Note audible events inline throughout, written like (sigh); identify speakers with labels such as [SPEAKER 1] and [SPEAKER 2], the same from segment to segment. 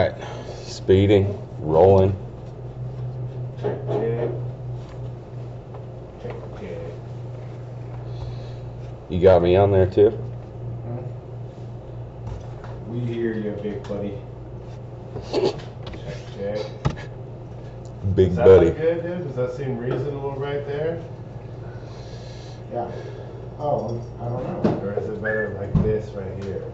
[SPEAKER 1] Alright, speeding, rolling.
[SPEAKER 2] Check, check. Check, check.
[SPEAKER 1] You got me on there too?
[SPEAKER 2] We hear you, big buddy. Check, check.
[SPEAKER 1] Big
[SPEAKER 2] Does that
[SPEAKER 1] buddy.
[SPEAKER 2] look good, dude? Does that seem reasonable right there?
[SPEAKER 3] Yeah. Oh, I don't know.
[SPEAKER 2] Or is it better like this right here?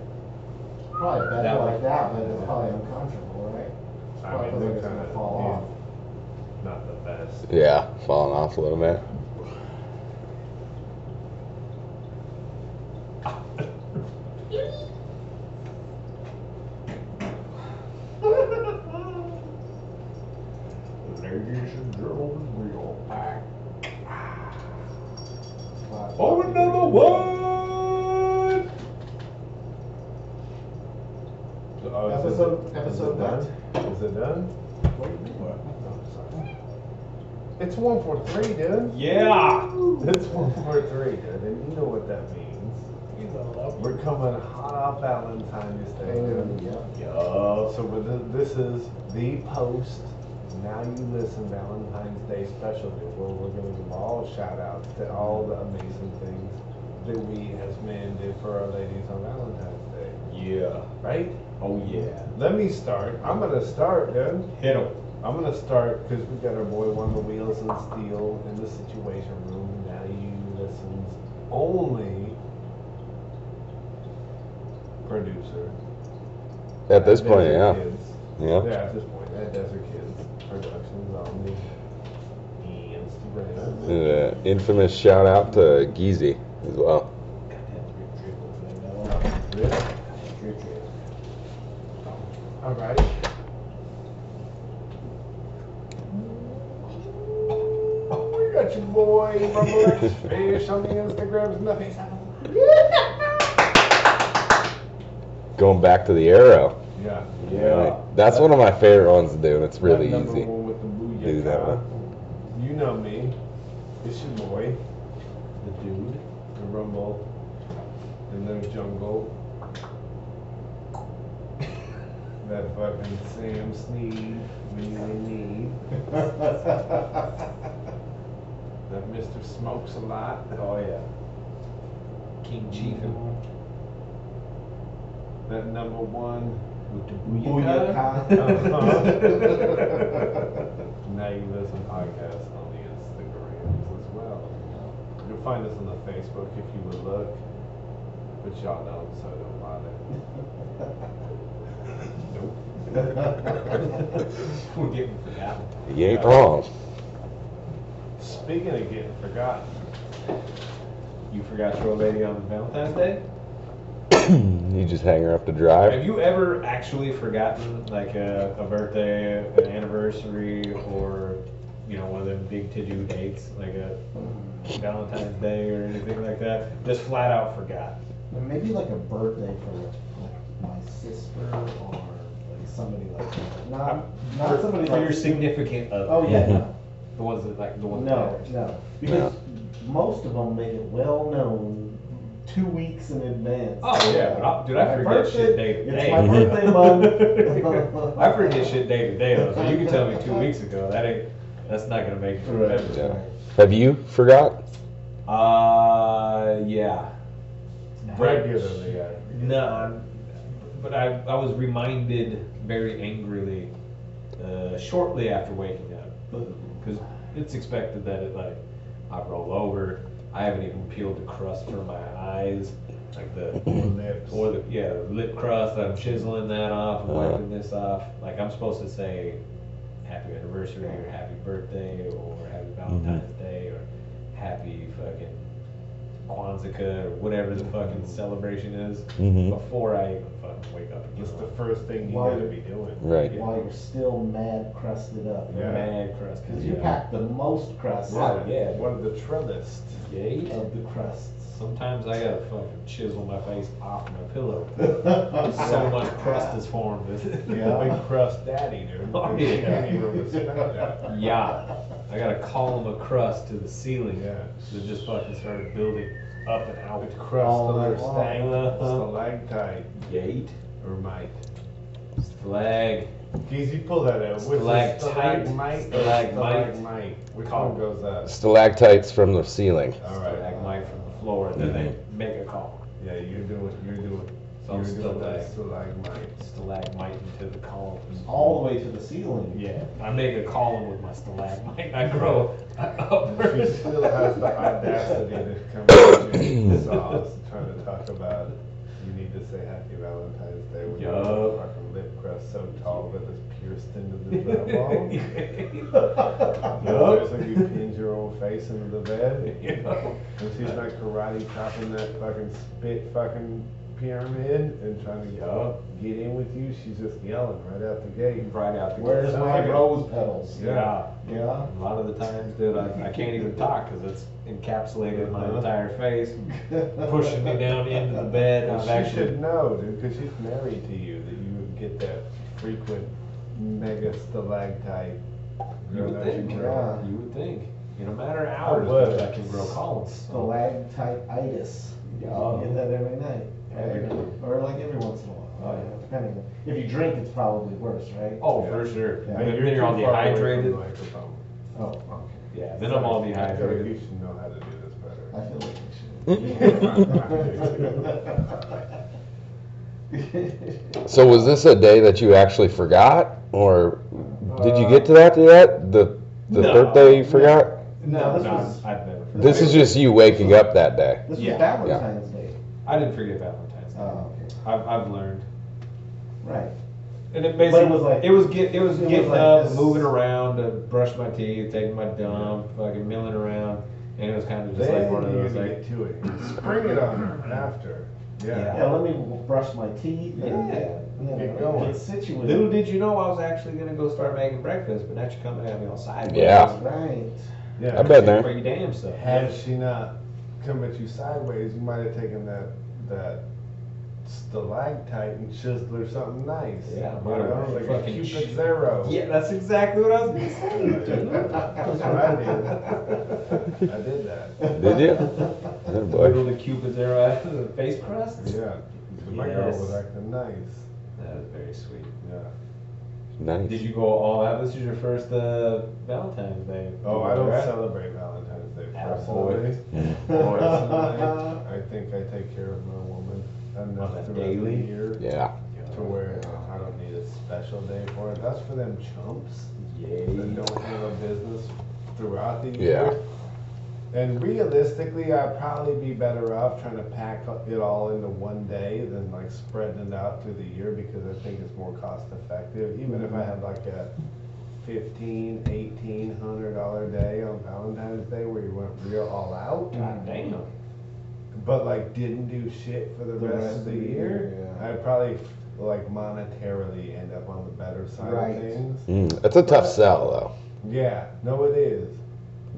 [SPEAKER 3] Probably better like that, but it's probably uncomfortable, right?
[SPEAKER 2] I mean,
[SPEAKER 3] Probably
[SPEAKER 2] they're
[SPEAKER 3] it's
[SPEAKER 2] kind
[SPEAKER 3] gonna
[SPEAKER 2] of
[SPEAKER 3] fall
[SPEAKER 2] Not the best. (laughs)
[SPEAKER 1] Yeah, falling off a little bit.
[SPEAKER 2] Ladies and gentlemen, we are back.
[SPEAKER 3] But-
[SPEAKER 2] Oh, another one! Uh, is it-
[SPEAKER 3] Episode-
[SPEAKER 2] is it
[SPEAKER 3] episode
[SPEAKER 2] done? Is it done?
[SPEAKER 3] What do you mean?
[SPEAKER 2] It's one for three, dude.
[SPEAKER 4] Yeah.
[SPEAKER 2] It's one for three, dude, and you know what that means. We're coming hot off Valentine's Day,
[SPEAKER 4] Oh,
[SPEAKER 2] dude.
[SPEAKER 3] Yeah.
[SPEAKER 2] Yo, so with the- this is the post. Now you listen Valentine's Day special dude, where we're gonna give all shout outs to all the amazing things that we as men did for our ladies on Valentine's Day,
[SPEAKER 4] Yeah.
[SPEAKER 2] right?
[SPEAKER 4] Oh yeah.
[SPEAKER 2] Let me start. I'm gonna start, dude.
[SPEAKER 4] Hit him.
[SPEAKER 2] I'm gonna start because we got our boy on the wheels and steel in the situation room. Now you listens only producer.
[SPEAKER 1] At this point,
[SPEAKER 2] Desert
[SPEAKER 1] yeah.
[SPEAKER 2] Kids.
[SPEAKER 1] Yeah.
[SPEAKER 2] Yeah, at this point, at Desert Kids Productions on the Instagram.
[SPEAKER 1] And an Uh, infamous shout out to Geezy as well.
[SPEAKER 2] Yeah. All right. We got your boy Rumble X Fish on the Instagrams and the Facebook.
[SPEAKER 1] Going back to the arrow.
[SPEAKER 2] Yeah.
[SPEAKER 1] Right. That's one of my favorite ones to do, and it's really
[SPEAKER 2] That number
[SPEAKER 1] easy.
[SPEAKER 2] one with the booyaka.
[SPEAKER 1] Do that
[SPEAKER 2] You know me. It's your boy, the dude, the rumble, and the
[SPEAKER 1] (laughs)
[SPEAKER 2] jungle. That fucking Sam Sneed, really
[SPEAKER 1] (laughs)
[SPEAKER 2] need. That Mr. Smokes a lot.
[SPEAKER 4] Oh yeah. King Chiefin.
[SPEAKER 2] That number one with the
[SPEAKER 4] (laughs) Booyaka.
[SPEAKER 2] Now you listen podcast on the Instagrams as well. You'll find us on the Facebook if you would look, but y'all don't, so don't bother.
[SPEAKER 4] (laughs) We're getting forgotten.
[SPEAKER 1] You ain't wrong. (coughs)
[SPEAKER 2] Speaking of getting forgotten, you forgot your old lady on Valentine's
[SPEAKER 4] Valentine's Day.
[SPEAKER 1] you just hang her up to dry.
[SPEAKER 4] Have you ever actually forgotten like a, a birthday, an anniversary, or you know one of them big to do dates like a Valentine's Day or anything like that? Just flat out forgot.
[SPEAKER 3] But Maybe like a birthday for like, like my sister or like somebody like that. Not, not somebody
[SPEAKER 4] for
[SPEAKER 3] like.
[SPEAKER 4] your significant other.
[SPEAKER 3] Oh, yeah,
[SPEAKER 4] (laughs)
[SPEAKER 3] no.
[SPEAKER 4] The ones that like the ones.
[SPEAKER 3] No,
[SPEAKER 4] that
[SPEAKER 3] no, because most of them make it well known two weeks in advance.
[SPEAKER 4] Oh yeah, but I, dude, I
[SPEAKER 3] My
[SPEAKER 4] forget shit
[SPEAKER 3] birthday-
[SPEAKER 4] day to
[SPEAKER 3] it's
[SPEAKER 4] day.
[SPEAKER 3] my
[SPEAKER 4] (laughs)
[SPEAKER 3] birthday month.
[SPEAKER 4] I forget shit day to day though. So you can tell me two weeks ago. That ain't. That's not gonna make it
[SPEAKER 3] Right.
[SPEAKER 4] remember.
[SPEAKER 1] Yeah. Have you forgot?
[SPEAKER 4] Uh, yeah.
[SPEAKER 2] Regularly, I forget.
[SPEAKER 4] No, but I, I was reminded very angrily uh, shortly after waking up because it's expected that it like I roll over. I haven't even peeled the crust from my eyes, like the
[SPEAKER 2] Lips.
[SPEAKER 4] or the yeah lip crust. I'm chiseling that off. I'm wiping this off. Like I'm supposed to say happy anniversary or happy birthday or happy Valentine's Day or happy fucking Kwanzaa or whatever the fucking celebration is
[SPEAKER 1] Mm-hmm.
[SPEAKER 4] before I even fucking wake up and
[SPEAKER 2] It's
[SPEAKER 4] get
[SPEAKER 2] the
[SPEAKER 4] the
[SPEAKER 2] first thing you
[SPEAKER 3] Why?
[SPEAKER 2] gotta be doing.
[SPEAKER 1] Right.
[SPEAKER 3] While you're still mad crusted up.
[SPEAKER 2] Yeah.
[SPEAKER 4] mad crust.
[SPEAKER 3] Because you packed the most crust
[SPEAKER 4] Yeah.
[SPEAKER 3] out
[SPEAKER 4] yeah.
[SPEAKER 2] One of the trillest.
[SPEAKER 4] Yeah.
[SPEAKER 3] of the crusts.
[SPEAKER 4] Sometimes I gotta fucking chisel my face off my
[SPEAKER 3] (laughs)
[SPEAKER 4] pillow. (laughs) so
[SPEAKER 3] So
[SPEAKER 4] much crust is formed.
[SPEAKER 3] (laughs) Yeah.
[SPEAKER 2] (laughs) Big crust daddy, dude.
[SPEAKER 4] Oh,
[SPEAKER 2] You
[SPEAKER 4] yeah.
[SPEAKER 2] can't even respect that.
[SPEAKER 4] yeah. I gotta column of crust to the ceiling
[SPEAKER 2] Yeah.
[SPEAKER 4] that just fucking started building up and out.
[SPEAKER 2] With crust
[SPEAKER 3] All
[SPEAKER 2] alert
[SPEAKER 3] night long.
[SPEAKER 2] stag,
[SPEAKER 4] Uh-huh.
[SPEAKER 2] stalactite,
[SPEAKER 4] Yate.
[SPEAKER 2] or mite.
[SPEAKER 4] Flag.
[SPEAKER 2] Geezy, pull that out. Which is
[SPEAKER 4] Stalactite.
[SPEAKER 2] stalagmite or
[SPEAKER 4] Stalagmite.
[SPEAKER 2] stalagmite? Which
[SPEAKER 4] Call.
[SPEAKER 2] one goes up?
[SPEAKER 1] Stalactites from the ceiling.
[SPEAKER 2] All
[SPEAKER 4] Alright,
[SPEAKER 2] right.
[SPEAKER 4] act Mike from the floor, and then they make a call.
[SPEAKER 2] Yeah, you're doing. You're doing.
[SPEAKER 4] So I'm
[SPEAKER 2] you're doing
[SPEAKER 4] stalag,
[SPEAKER 2] that stalagmite.
[SPEAKER 4] stalagmite into the columns.
[SPEAKER 3] (laughs) all the way to the ceiling.
[SPEAKER 4] Yeah, I make a column with my stalagmite, I grow (laughs)
[SPEAKER 2] She
[SPEAKER 4] upwards.
[SPEAKER 2] still has the audacity to come to you, sauce, trying to talk about you need to say Happy Valentine's Day with
[SPEAKER 4] Yup.
[SPEAKER 2] your fucking lip crest so tall that it's pierced into the
[SPEAKER 4] (laughs)
[SPEAKER 2] bed wall.
[SPEAKER 4] Yup.
[SPEAKER 2] Yup. So you pinned your own face into the bed,
[SPEAKER 4] You know?
[SPEAKER 2] and she's like karate chopping that fucking spit fucking pyramid and trying to
[SPEAKER 4] Yup.
[SPEAKER 2] get in with you. She's just yelling right out the gate.
[SPEAKER 4] Right out the.
[SPEAKER 3] (laughs) Where's
[SPEAKER 4] gate.
[SPEAKER 3] my rose petals?
[SPEAKER 4] Yeah,
[SPEAKER 3] Yeah.
[SPEAKER 4] a lot of the times, dude, I, I can't even talk, cause it's encapsulated my
[SPEAKER 2] Uh-huh.
[SPEAKER 4] entire face, pushing me down into the bed,
[SPEAKER 2] Well,
[SPEAKER 4] I've
[SPEAKER 2] she should
[SPEAKER 4] actually.
[SPEAKER 2] know, dude, because she's married to you, that you would get that frequent mega stalactite.
[SPEAKER 4] You would think, you
[SPEAKER 3] Yeah.
[SPEAKER 4] would think, in a matter of hours,
[SPEAKER 2] would.
[SPEAKER 4] dude, I can grow columns. Oh.
[SPEAKER 3] Stalactite-itis.
[SPEAKER 4] Yeah.
[SPEAKER 3] You get that every night,
[SPEAKER 4] Every
[SPEAKER 3] right? Or like every once in a while,
[SPEAKER 4] Oh,
[SPEAKER 3] yeah, depending. If you drink, it's probably worse, right?
[SPEAKER 4] Oh,
[SPEAKER 2] Yeah.
[SPEAKER 4] for sure.
[SPEAKER 3] Yeah.
[SPEAKER 4] Then you're, all dehydrated.
[SPEAKER 3] Oh,
[SPEAKER 4] Yeah, then I'm all dehydrated.
[SPEAKER 2] You should know how to do this
[SPEAKER 3] I
[SPEAKER 2] better.
[SPEAKER 3] feel like I should.
[SPEAKER 1] (laughs) So was this a day that you actually forgot, or did you get to that yet? The the
[SPEAKER 4] No.
[SPEAKER 1] birthday you forgot.
[SPEAKER 3] No, this
[SPEAKER 4] no,
[SPEAKER 3] was,
[SPEAKER 4] I've never. forgotten.
[SPEAKER 1] This is just you waking up that day.
[SPEAKER 3] this was
[SPEAKER 4] Yeah.
[SPEAKER 3] Valentine's Day.
[SPEAKER 4] I didn't forget Valentine's Day.
[SPEAKER 3] Oh, okay.
[SPEAKER 4] I've, I've learned,
[SPEAKER 3] Right.
[SPEAKER 4] and it
[SPEAKER 3] But it
[SPEAKER 4] basically
[SPEAKER 3] was like-
[SPEAKER 4] it was get it was
[SPEAKER 3] it was
[SPEAKER 4] getting
[SPEAKER 3] like
[SPEAKER 4] up,
[SPEAKER 3] this-
[SPEAKER 4] moving around, uh, brushing my teeth, taking my dump, fucking milling around, and it was kind of just
[SPEAKER 2] Then
[SPEAKER 4] like one of
[SPEAKER 2] you
[SPEAKER 4] those
[SPEAKER 2] need to
[SPEAKER 4] like
[SPEAKER 2] get to it. Spring it on her after.
[SPEAKER 4] Yeah.
[SPEAKER 2] Yeah.
[SPEAKER 3] Yeah, let me brush my teeth and,
[SPEAKER 4] Yeah.
[SPEAKER 3] you know,
[SPEAKER 2] Get going.
[SPEAKER 3] get situated.
[SPEAKER 4] little did you know I was actually gonna go start making breakfast, but now you're coming at me all sideways.
[SPEAKER 1] Yeah.
[SPEAKER 3] Right.
[SPEAKER 2] Yeah.
[SPEAKER 1] I bet there.
[SPEAKER 4] For your damn self.
[SPEAKER 2] Had she not come at you sideways, you might have taken that that stalactite and chiseled her something nice.
[SPEAKER 4] Yeah,
[SPEAKER 2] you
[SPEAKER 4] might have
[SPEAKER 2] know, like a
[SPEAKER 4] fucking
[SPEAKER 2] cupid
[SPEAKER 4] ch-
[SPEAKER 2] arrow.
[SPEAKER 4] Yeah, that's exactly what I was gonna say.
[SPEAKER 3] (laughs)
[SPEAKER 4] (laughs)
[SPEAKER 2] That's what I did. I did that.
[SPEAKER 1] Did
[SPEAKER 3] (laughs)
[SPEAKER 1] you?
[SPEAKER 4] (laughs)
[SPEAKER 1] Oh,
[SPEAKER 4] Little
[SPEAKER 1] boy.
[SPEAKER 4] the Cupid's arrow out of the face crust.
[SPEAKER 2] Yeah, 'cause my girl was
[SPEAKER 4] Yes.
[SPEAKER 2] acting nice.
[SPEAKER 4] That is very sweet.
[SPEAKER 2] Yeah.
[SPEAKER 4] Did
[SPEAKER 1] Nice.
[SPEAKER 4] you go all out? This is your first uh, Valentine's Day.
[SPEAKER 2] Oh, I (laughs) don't
[SPEAKER 4] Right?
[SPEAKER 2] celebrate Valentine's Day
[SPEAKER 4] Attaboy.
[SPEAKER 2] personally. (laughs)
[SPEAKER 4] Boy.
[SPEAKER 2] I think I take care of my woman enough
[SPEAKER 4] On a
[SPEAKER 2] throughout the
[SPEAKER 4] daily?
[SPEAKER 2] year
[SPEAKER 1] Yeah.
[SPEAKER 2] to where I don't need a special day for it. That's for them chumps that
[SPEAKER 4] Yay.
[SPEAKER 2] don't have a business throughout the
[SPEAKER 1] Yeah.
[SPEAKER 2] year. And realistically, I'd probably be better off trying to pack it all into one day than like spreading it out through the year because I think it's more cost effective. Even if I had like a fifteen, eighteen hundred dollar day on Valentine's Day where you went real all out,
[SPEAKER 4] God damn.
[SPEAKER 2] but like didn't do shit for the, rest, of the year,
[SPEAKER 3] yeah.
[SPEAKER 2] I'd probably like monetarily end up on the better side
[SPEAKER 3] Right.
[SPEAKER 2] of things.
[SPEAKER 1] Mm, that's a tough sell though.
[SPEAKER 2] Yeah, no, it is.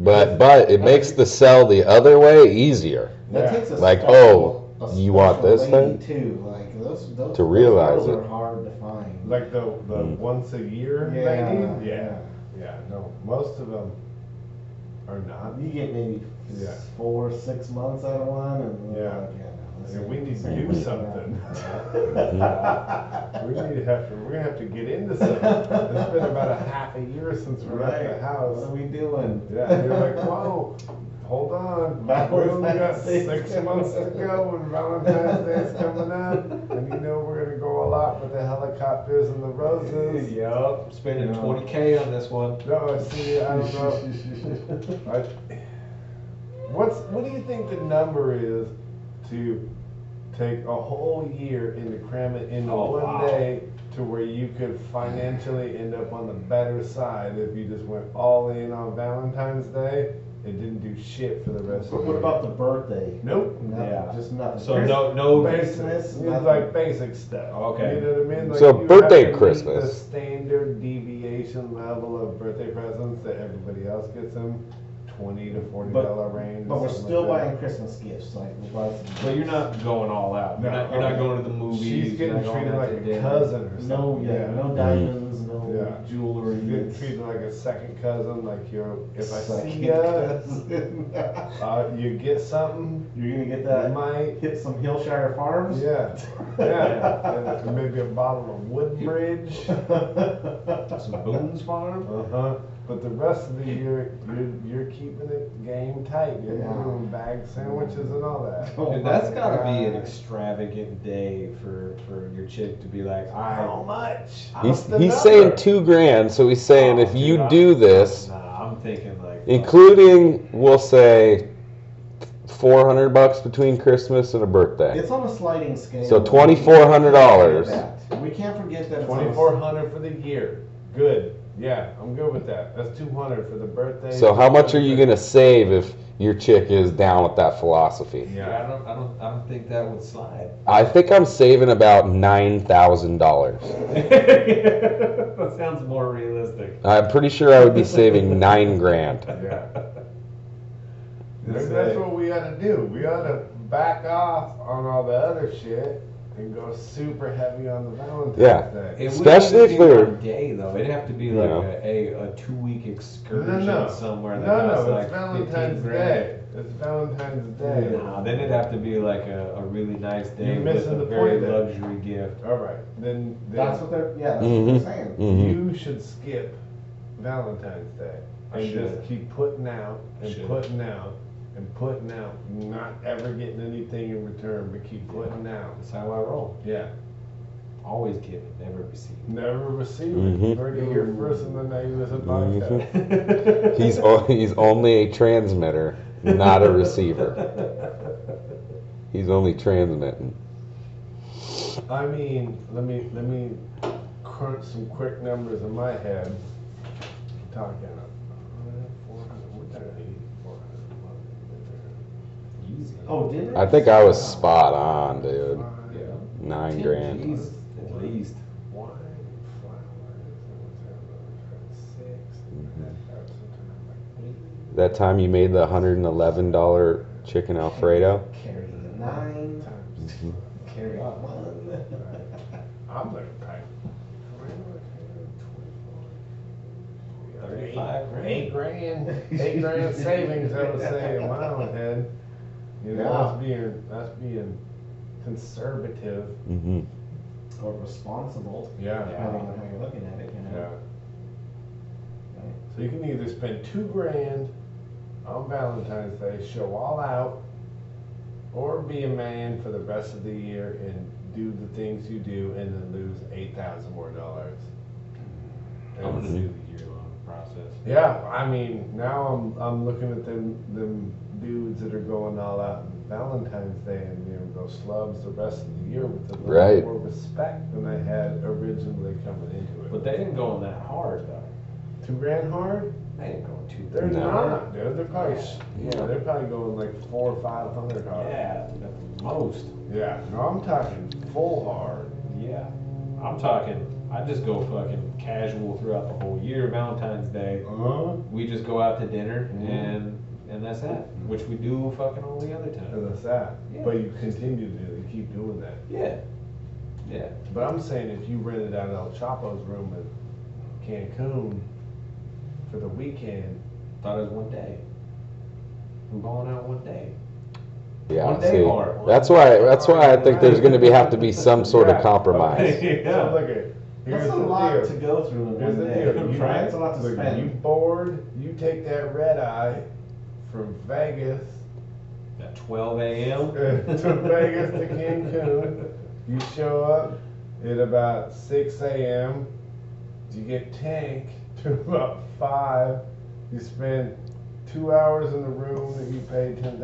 [SPEAKER 1] But but it makes the sell the other way easier.
[SPEAKER 3] That
[SPEAKER 2] Yeah.
[SPEAKER 3] takes a
[SPEAKER 1] Like,
[SPEAKER 3] special-
[SPEAKER 1] oh,
[SPEAKER 3] a
[SPEAKER 1] you want
[SPEAKER 3] special
[SPEAKER 1] this
[SPEAKER 3] lady Too, like those, those.
[SPEAKER 1] To realize
[SPEAKER 3] those girls
[SPEAKER 1] it.
[SPEAKER 3] Are hard to find.
[SPEAKER 2] Like the, the
[SPEAKER 1] Mm.
[SPEAKER 2] once a year lady? Yeah. Yeah, no. Most of them are not.
[SPEAKER 3] You get maybe
[SPEAKER 2] Yeah.
[SPEAKER 3] four, six months out of one, and oh,
[SPEAKER 2] Yeah.
[SPEAKER 3] like, yeah, no, this
[SPEAKER 2] Yeah,
[SPEAKER 3] ain't-
[SPEAKER 2] we need
[SPEAKER 3] this
[SPEAKER 2] to
[SPEAKER 3] ain't
[SPEAKER 2] do
[SPEAKER 1] Mm-hmm.
[SPEAKER 3] working (laughs)
[SPEAKER 2] something.
[SPEAKER 3] out.
[SPEAKER 2] We need to have to, we're gonna have to get into something. It's been about a half a year since we left
[SPEAKER 3] Right.
[SPEAKER 2] the house.
[SPEAKER 3] What are we doing?
[SPEAKER 2] Yeah, and you're like,
[SPEAKER 3] (laughs)
[SPEAKER 2] whoa, hold on. We only got
[SPEAKER 3] Valentine's Day's
[SPEAKER 2] six
[SPEAKER 3] coming
[SPEAKER 2] months to
[SPEAKER 3] up."
[SPEAKER 2] go and Valentine's Day's coming up. And you know we're gonna go a lot with the helicopters and the roses.
[SPEAKER 4] (laughs) Yup. Spending
[SPEAKER 3] Yeah.
[SPEAKER 4] 20K on this one.
[SPEAKER 2] No, I see, I don't know. I, what's what do you think the number is to take a whole year and to cram it into
[SPEAKER 4] Oh,
[SPEAKER 2] one
[SPEAKER 4] wow.
[SPEAKER 2] day to where you could financially end up on the better side if you just went all in on Valentine's Day and didn't do shit for the rest
[SPEAKER 3] But
[SPEAKER 2] of
[SPEAKER 3] what
[SPEAKER 2] the
[SPEAKER 3] about the birthday?
[SPEAKER 2] Nope.
[SPEAKER 3] Nothing,
[SPEAKER 4] Yeah.
[SPEAKER 3] just nothing.
[SPEAKER 4] So no, no.
[SPEAKER 2] Basic,
[SPEAKER 3] Christmas,
[SPEAKER 2] it's
[SPEAKER 3] nothing.
[SPEAKER 2] like basic stuff.
[SPEAKER 4] Okay.
[SPEAKER 2] You know what I mean? Like
[SPEAKER 1] So
[SPEAKER 2] you have
[SPEAKER 1] birthday
[SPEAKER 2] to meet The
[SPEAKER 1] Christmas.
[SPEAKER 2] standard deviation level of birthday presents that everybody else gets them, twenty to forty
[SPEAKER 3] But-
[SPEAKER 2] dollar range.
[SPEAKER 3] But we're
[SPEAKER 2] something
[SPEAKER 3] still
[SPEAKER 2] like that.
[SPEAKER 3] buying Christmas gifts, like we buy some.
[SPEAKER 4] But you're not going all out. You're
[SPEAKER 2] No.
[SPEAKER 4] not, you're not going to the movies.
[SPEAKER 2] She's
[SPEAKER 4] you're
[SPEAKER 2] getting
[SPEAKER 4] not going
[SPEAKER 2] treated
[SPEAKER 4] out
[SPEAKER 2] like
[SPEAKER 4] to
[SPEAKER 2] a
[SPEAKER 4] dinner.
[SPEAKER 2] cousin or something.
[SPEAKER 3] No, Mm. yeah, no diamonds, no.
[SPEAKER 2] Yeah. like jewelry, you treat it like a second cousin, like you're, if
[SPEAKER 3] (laughs)
[SPEAKER 2] I see ya,
[SPEAKER 3] ya.
[SPEAKER 2] uh, you get something,
[SPEAKER 3] You're gonna get
[SPEAKER 2] you
[SPEAKER 3] that,
[SPEAKER 2] might,
[SPEAKER 3] hit some Hillshire Farms?
[SPEAKER 2] yeah,
[SPEAKER 3] (laughs)
[SPEAKER 2] yeah, and maybe a bottle of Woodbridge.
[SPEAKER 4] Some Boone's Farm?
[SPEAKER 2] Uh-huh, but the rest of the year, you're, you're keeping it game tight, you're
[SPEAKER 3] Yeah.
[SPEAKER 2] doing bag sandwiches and all that.
[SPEAKER 4] Dude, that's gotta be an extravagant day for, for your chick to be like, I.
[SPEAKER 2] How much?
[SPEAKER 1] He's,
[SPEAKER 2] What's the
[SPEAKER 1] he's
[SPEAKER 2] number?
[SPEAKER 1] saying two grand, so he's saying if
[SPEAKER 4] Oh,
[SPEAKER 1] you
[SPEAKER 4] dude, I-
[SPEAKER 1] do this,
[SPEAKER 4] Nah, I'm thinking like.
[SPEAKER 1] including, we'll say, 400 bucks between Christmas and a birthday.
[SPEAKER 3] It's on a sliding scale.
[SPEAKER 1] So $2,400.
[SPEAKER 3] We can't forget that it's on a-
[SPEAKER 2] Twenty-four hundred for the year, good, yeah, I'm good with that, that's two hundred for the birthday.
[SPEAKER 1] So how much are you gonna save if your chick is down with that philosophy?
[SPEAKER 4] Yeah,
[SPEAKER 2] Yeah.
[SPEAKER 4] I don't, I don't, I don't think that would slide.
[SPEAKER 1] I think I'm saving about nine thousand dollars.
[SPEAKER 4] that sounds more realistic.
[SPEAKER 1] I'm pretty sure I would be
[SPEAKER 4] (laughs)
[SPEAKER 1] saving nine grand.
[SPEAKER 2] Yeah. Maybe that's what we ought to do, we ought to back off on all the other shit and go super heavy on the
[SPEAKER 1] Yeah.
[SPEAKER 2] Valentine's Day.
[SPEAKER 4] It
[SPEAKER 1] Especially
[SPEAKER 4] wouldn't
[SPEAKER 1] if
[SPEAKER 4] be
[SPEAKER 1] they're-
[SPEAKER 4] one day though. It'd have to be
[SPEAKER 1] You
[SPEAKER 4] like
[SPEAKER 1] know.
[SPEAKER 4] a, a, a two week excursion
[SPEAKER 2] No, no.
[SPEAKER 4] somewhere that
[SPEAKER 2] No,
[SPEAKER 4] costs
[SPEAKER 2] no,
[SPEAKER 4] like
[SPEAKER 2] it's Valentine's
[SPEAKER 4] 15 grand.
[SPEAKER 2] Day. It's Valentine's Day.
[SPEAKER 4] Nah, then it'd have to be like a, a really nice day
[SPEAKER 2] You're
[SPEAKER 4] with
[SPEAKER 2] missing
[SPEAKER 4] a
[SPEAKER 2] the
[SPEAKER 4] very
[SPEAKER 2] point there.
[SPEAKER 4] luxury gift.
[SPEAKER 2] All right, then, then
[SPEAKER 3] That's what they're, yeah, that's
[SPEAKER 1] Mhm.
[SPEAKER 3] what they're saying.
[SPEAKER 1] hmm
[SPEAKER 2] you should skip Valentine's Day
[SPEAKER 4] I
[SPEAKER 2] and
[SPEAKER 4] should.
[SPEAKER 2] just keep putting out
[SPEAKER 4] I
[SPEAKER 2] and
[SPEAKER 4] should.
[SPEAKER 2] putting out and putting out, not ever getting anything in return, but keep putting out.
[SPEAKER 4] That's how I roll.
[SPEAKER 2] Yeah,
[SPEAKER 4] Always giving, never receiving.
[SPEAKER 2] never receive
[SPEAKER 1] Mhm.
[SPEAKER 2] it. Heard it here first, and then now you listen podcast.
[SPEAKER 1] He's o- he's only a transmitter, not a receiver. He's only transmitting.
[SPEAKER 2] I mean, let me let me crunch some quick numbers in my head. I'm talking about 400, we're talking 8,400 a month.
[SPEAKER 4] Easy.
[SPEAKER 3] (laughs) Oh, did it?
[SPEAKER 1] I think I was spot on, dude.
[SPEAKER 2] Five,
[SPEAKER 4] yeah.
[SPEAKER 1] Nine
[SPEAKER 4] 10
[SPEAKER 1] grand.
[SPEAKER 4] G's at least.
[SPEAKER 2] wine, flowers, and what's that other thing? Six, and that- that's something
[SPEAKER 1] That time you made the hundred and eleven dollar chicken alfredo.
[SPEAKER 3] Carry the nine,
[SPEAKER 2] I'm like, times.
[SPEAKER 3] carry the one.
[SPEAKER 2] I'm like, right.
[SPEAKER 4] Thirty-five grand.
[SPEAKER 2] Eight grand, eight grand savings, I would say, in my own head. You know, that's being, that's being conservative.
[SPEAKER 1] hmm
[SPEAKER 3] (laughs) Or responsible,
[SPEAKER 2] Yeah,
[SPEAKER 3] depending on how you're looking at it, you know?
[SPEAKER 2] yeah. So you can either spend two grand on Valentine's Day, show all out, or be a man for the rest of the year and do the things you do and then lose eight thousand more dollars.
[SPEAKER 4] I'm gonna do the year long process.
[SPEAKER 2] Yeah, I mean, now I'm I'm looking at them them dudes that are going all out on Valentine's Day and you know those slubs the rest of the year with a little
[SPEAKER 1] Right.
[SPEAKER 2] more respect than I had originally coming into it.
[SPEAKER 4] But they didn't go on that hard though.
[SPEAKER 2] two grand hard?
[SPEAKER 4] They didn't go on too.
[SPEAKER 2] They're
[SPEAKER 1] No.
[SPEAKER 2] not, dude. They're probably s-
[SPEAKER 1] Yeah.
[SPEAKER 2] yeah, they're probably going like four or five hundred hard.
[SPEAKER 4] Yeah, at the most.
[SPEAKER 2] Yeah, no, I'm talking full hard.
[SPEAKER 4] Yeah, I'm talking. I just go fucking casual throughout the whole year. Valentine's Day,
[SPEAKER 2] Uh-huh.
[SPEAKER 4] we just go out to dinner
[SPEAKER 2] Mhm.
[SPEAKER 4] and and that's that, which we do fucking all the other time.
[SPEAKER 2] And that's that.
[SPEAKER 4] Yeah.
[SPEAKER 2] But you continue to you keep doing that.
[SPEAKER 4] Uh, Yeah, yeah.
[SPEAKER 2] But I'm saying if you rented out El Chapo's room in Cancun for the
[SPEAKER 3] (laughs)
[SPEAKER 2] weekend,
[SPEAKER 4] Thought it was one day. We're going out one day.
[SPEAKER 1] Yeah.
[SPEAKER 4] One day
[SPEAKER 1] See,
[SPEAKER 4] hard.
[SPEAKER 1] that's why. That's why I think there's going to be have to be some sort of
[SPEAKER 2] Yeah.
[SPEAKER 1] compromise.
[SPEAKER 4] (laughs)
[SPEAKER 2] sounds
[SPEAKER 4] yeah.
[SPEAKER 2] like a here's
[SPEAKER 3] That's a
[SPEAKER 2] the
[SPEAKER 3] lot to
[SPEAKER 2] deal.
[SPEAKER 3] go through in
[SPEAKER 2] Here's
[SPEAKER 3] one
[SPEAKER 2] the
[SPEAKER 3] day.
[SPEAKER 2] deal. You,
[SPEAKER 3] That's a lot to
[SPEAKER 2] look, You
[SPEAKER 3] spend.
[SPEAKER 2] bored? You take that red eye from Vegas
[SPEAKER 4] At 12
[SPEAKER 2] (laughs)
[SPEAKER 4] a.m.
[SPEAKER 2] to uh, Vegas to
[SPEAKER 4] (laughs)
[SPEAKER 2] Cancun. You show up at about 6 a.m. You get (laughs) tanked to about 5. You spend two hours in the room that you paid $10,000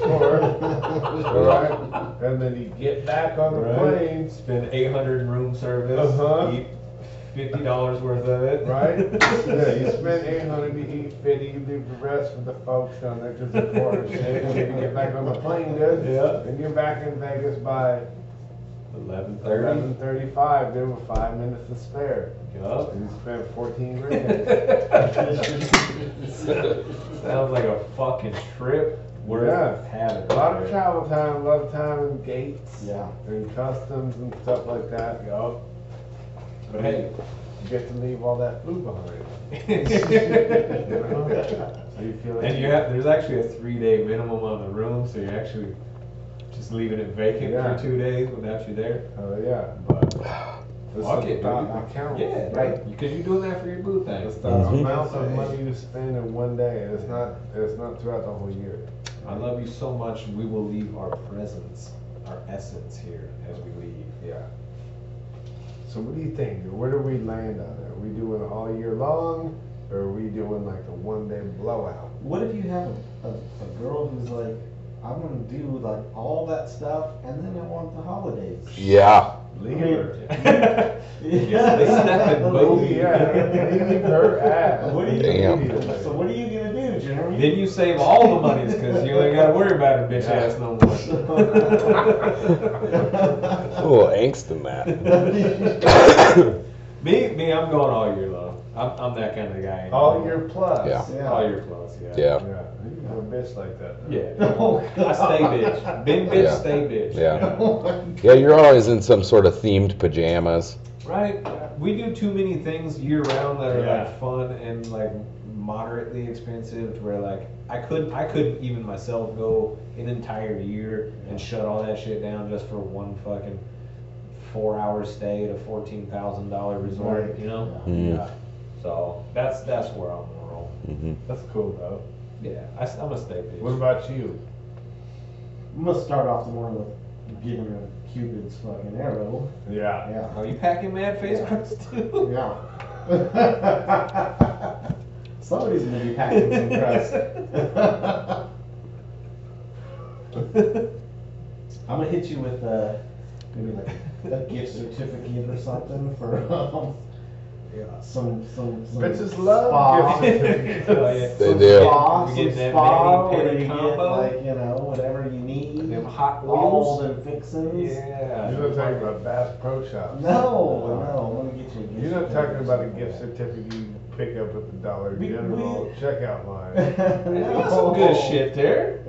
[SPEAKER 4] (laughs)
[SPEAKER 2] for. all right? And then you get back on the
[SPEAKER 4] Right.
[SPEAKER 2] plane.
[SPEAKER 4] Spend 800 in room service.
[SPEAKER 2] Uh-huh.
[SPEAKER 4] Eat fifty dollars worth of it. (laughs)
[SPEAKER 2] Right? Yeah, you spend 800 you eat 50 you leave the rest for the folks down there because it's quarter shit. And then you get back on the plane, dude.
[SPEAKER 4] Yeah.
[SPEAKER 2] And you're back in Vegas by
[SPEAKER 4] Eleven thirty.
[SPEAKER 2] Eleven thirty-five, there were five minutes to
[SPEAKER 4] (laughs)
[SPEAKER 2] spare.
[SPEAKER 4] Yup.
[SPEAKER 2] And you spent fourteen grand.
[SPEAKER 4] Sounds like a fucking trip worth
[SPEAKER 2] Yeah.
[SPEAKER 4] having.
[SPEAKER 2] A lot of travel time, love time, and gates,
[SPEAKER 3] Yeah. (laughs)
[SPEAKER 2] and customs and stuff like that.
[SPEAKER 4] Yup. But hey, (laughs)
[SPEAKER 2] get to leave all that food behind. You know?
[SPEAKER 4] and
[SPEAKER 2] So you feel like
[SPEAKER 4] you have there's actually a three day minimum on the room, so you're actually just leaving it vacant
[SPEAKER 2] Yeah.
[SPEAKER 4] for two days without you there.
[SPEAKER 2] Oh yeah.
[SPEAKER 4] But
[SPEAKER 2] This
[SPEAKER 4] Fuck
[SPEAKER 2] is
[SPEAKER 4] it,
[SPEAKER 2] about
[SPEAKER 4] dude.
[SPEAKER 2] my count.
[SPEAKER 4] yeah, right, because you're doing that for your booth thing.
[SPEAKER 2] It's the
[SPEAKER 1] Mhm.
[SPEAKER 2] amount of money you spend in one day, and it's not it's not throughout the whole year.
[SPEAKER 4] I love you so much. We will leave our presence, our essence here as we leave.
[SPEAKER 2] Yeah. So what do you think? dude? Where do we land on it? Are we doing all year long, or are we doing like a one day blowout?
[SPEAKER 3] What if you have a, a girl who's like, I'm gonna do like all that stuff and then I want the holidays. (laughs)
[SPEAKER 1] Yeah.
[SPEAKER 2] Leave her. (laughs)
[SPEAKER 4] (laughs) Yes, they step in
[SPEAKER 3] (laughs)
[SPEAKER 4] both.
[SPEAKER 2] Yeah, leave her ass.
[SPEAKER 3] What do you
[SPEAKER 1] Damn.
[SPEAKER 3] do? So what are you gonna do, Jeremy?
[SPEAKER 4] then you save all the monies because you ain't got to worry about a bitch ass no
[SPEAKER 2] (laughs)
[SPEAKER 4] more.
[SPEAKER 1] A little angst in that. (coughs) (laughs)
[SPEAKER 3] (laughs)
[SPEAKER 4] me, me, I'm going all year long. I'm, I'm that kind of guy.
[SPEAKER 2] All year plus.
[SPEAKER 1] Yeah.
[SPEAKER 4] all year plus. Yeah.
[SPEAKER 2] Yeah.
[SPEAKER 1] Yeah.
[SPEAKER 2] You can have a bitch like that. though.
[SPEAKER 4] Yeah.
[SPEAKER 3] (laughs)
[SPEAKER 2] (laughs)
[SPEAKER 3] Oh,
[SPEAKER 4] I stay
[SPEAKER 3] (laughs)
[SPEAKER 4] bitch. Been bitch,
[SPEAKER 1] Yeah.
[SPEAKER 4] stay bitch.
[SPEAKER 1] Yeah. Yeah, you're always in some sort of themed pajamas.
[SPEAKER 4] Right? We do too many things year round that are
[SPEAKER 2] Yeah.
[SPEAKER 4] like fun and like moderately expensive to where like I could I couldn't even myself go an entire year and shut all that shit down just for one fucking four hour stay at a fourteen thousand dollar resort, you know?
[SPEAKER 1] Mm.
[SPEAKER 4] So that's that's where I'm gonna roll.
[SPEAKER 1] hmm
[SPEAKER 2] That's cool though.
[SPEAKER 4] Yeah. I, am a stay bitch.
[SPEAKER 2] What about you?
[SPEAKER 3] I'm gonna start off the morning with getting rid of Cupid's fucking arrow.
[SPEAKER 2] Yeah.
[SPEAKER 3] Yeah.
[SPEAKER 4] are you packing mad face cards too?
[SPEAKER 3] (laughs) Yeah. Somebody's gonna be packing some crust. (laughs) I'm gonna hit you with uh maybe like a gift certificate or something for (laughs) um,
[SPEAKER 4] Yeah.
[SPEAKER 3] some some, some
[SPEAKER 2] (laughs) Bitches love
[SPEAKER 3] spa.
[SPEAKER 2] gift
[SPEAKER 3] (laughs)
[SPEAKER 4] (laughs)
[SPEAKER 2] certificates.
[SPEAKER 4] Oh, yeah.
[SPEAKER 1] They
[SPEAKER 3] some
[SPEAKER 1] do.
[SPEAKER 3] Spa,
[SPEAKER 4] You
[SPEAKER 3] some
[SPEAKER 4] get that
[SPEAKER 3] spa,
[SPEAKER 4] mani-pedi
[SPEAKER 3] where you get
[SPEAKER 4] combo?
[SPEAKER 3] like you know whatever you need.
[SPEAKER 4] Them hot
[SPEAKER 3] all
[SPEAKER 4] wheels.
[SPEAKER 3] them fixings.
[SPEAKER 4] Yeah.
[SPEAKER 2] You're not talking about Bass Pro Shop.
[SPEAKER 3] No, no, I'm gonna get you a gift.
[SPEAKER 2] You're not talking
[SPEAKER 3] certificate or
[SPEAKER 2] about a
[SPEAKER 3] something
[SPEAKER 2] gift
[SPEAKER 3] like
[SPEAKER 2] certificate you pick up at the Dollar
[SPEAKER 3] We-
[SPEAKER 2] General
[SPEAKER 3] we- (laughs)
[SPEAKER 2] checkout line.
[SPEAKER 3] that.
[SPEAKER 4] Hey,
[SPEAKER 3] no.
[SPEAKER 4] we got some good
[SPEAKER 3] (laughs)
[SPEAKER 4] shit there.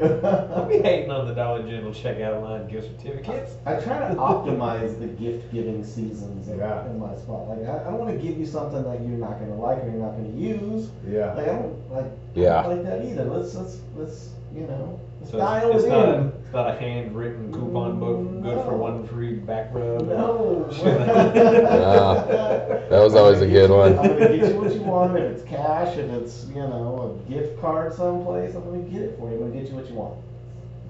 [SPEAKER 4] I'll be hating on the Dollar General checkout line gift certificates.
[SPEAKER 3] I try to optimize the gift giving seasons in,
[SPEAKER 2] Yeah.
[SPEAKER 3] in my spot. Like I, I don't want to give you something that you're not gonna like or you're not gonna use.
[SPEAKER 2] Yeah.
[SPEAKER 3] Like I don't like I
[SPEAKER 1] Yeah.
[SPEAKER 3] don't like that either. Let's let's let's you know let's
[SPEAKER 4] So
[SPEAKER 3] dial
[SPEAKER 4] it's, it's
[SPEAKER 3] it
[SPEAKER 4] not
[SPEAKER 3] in.
[SPEAKER 4] a, it's not a handwritten coupon book, good for
[SPEAKER 3] No.
[SPEAKER 4] one free back rub. (laughs)
[SPEAKER 3] No.
[SPEAKER 1] Yeah. That was always a good one.
[SPEAKER 3] I'm gonna get you what you want. If it's cash, if it's you know a gift card someplace, I'm gonna get it for you. I'm gonna get you what you want.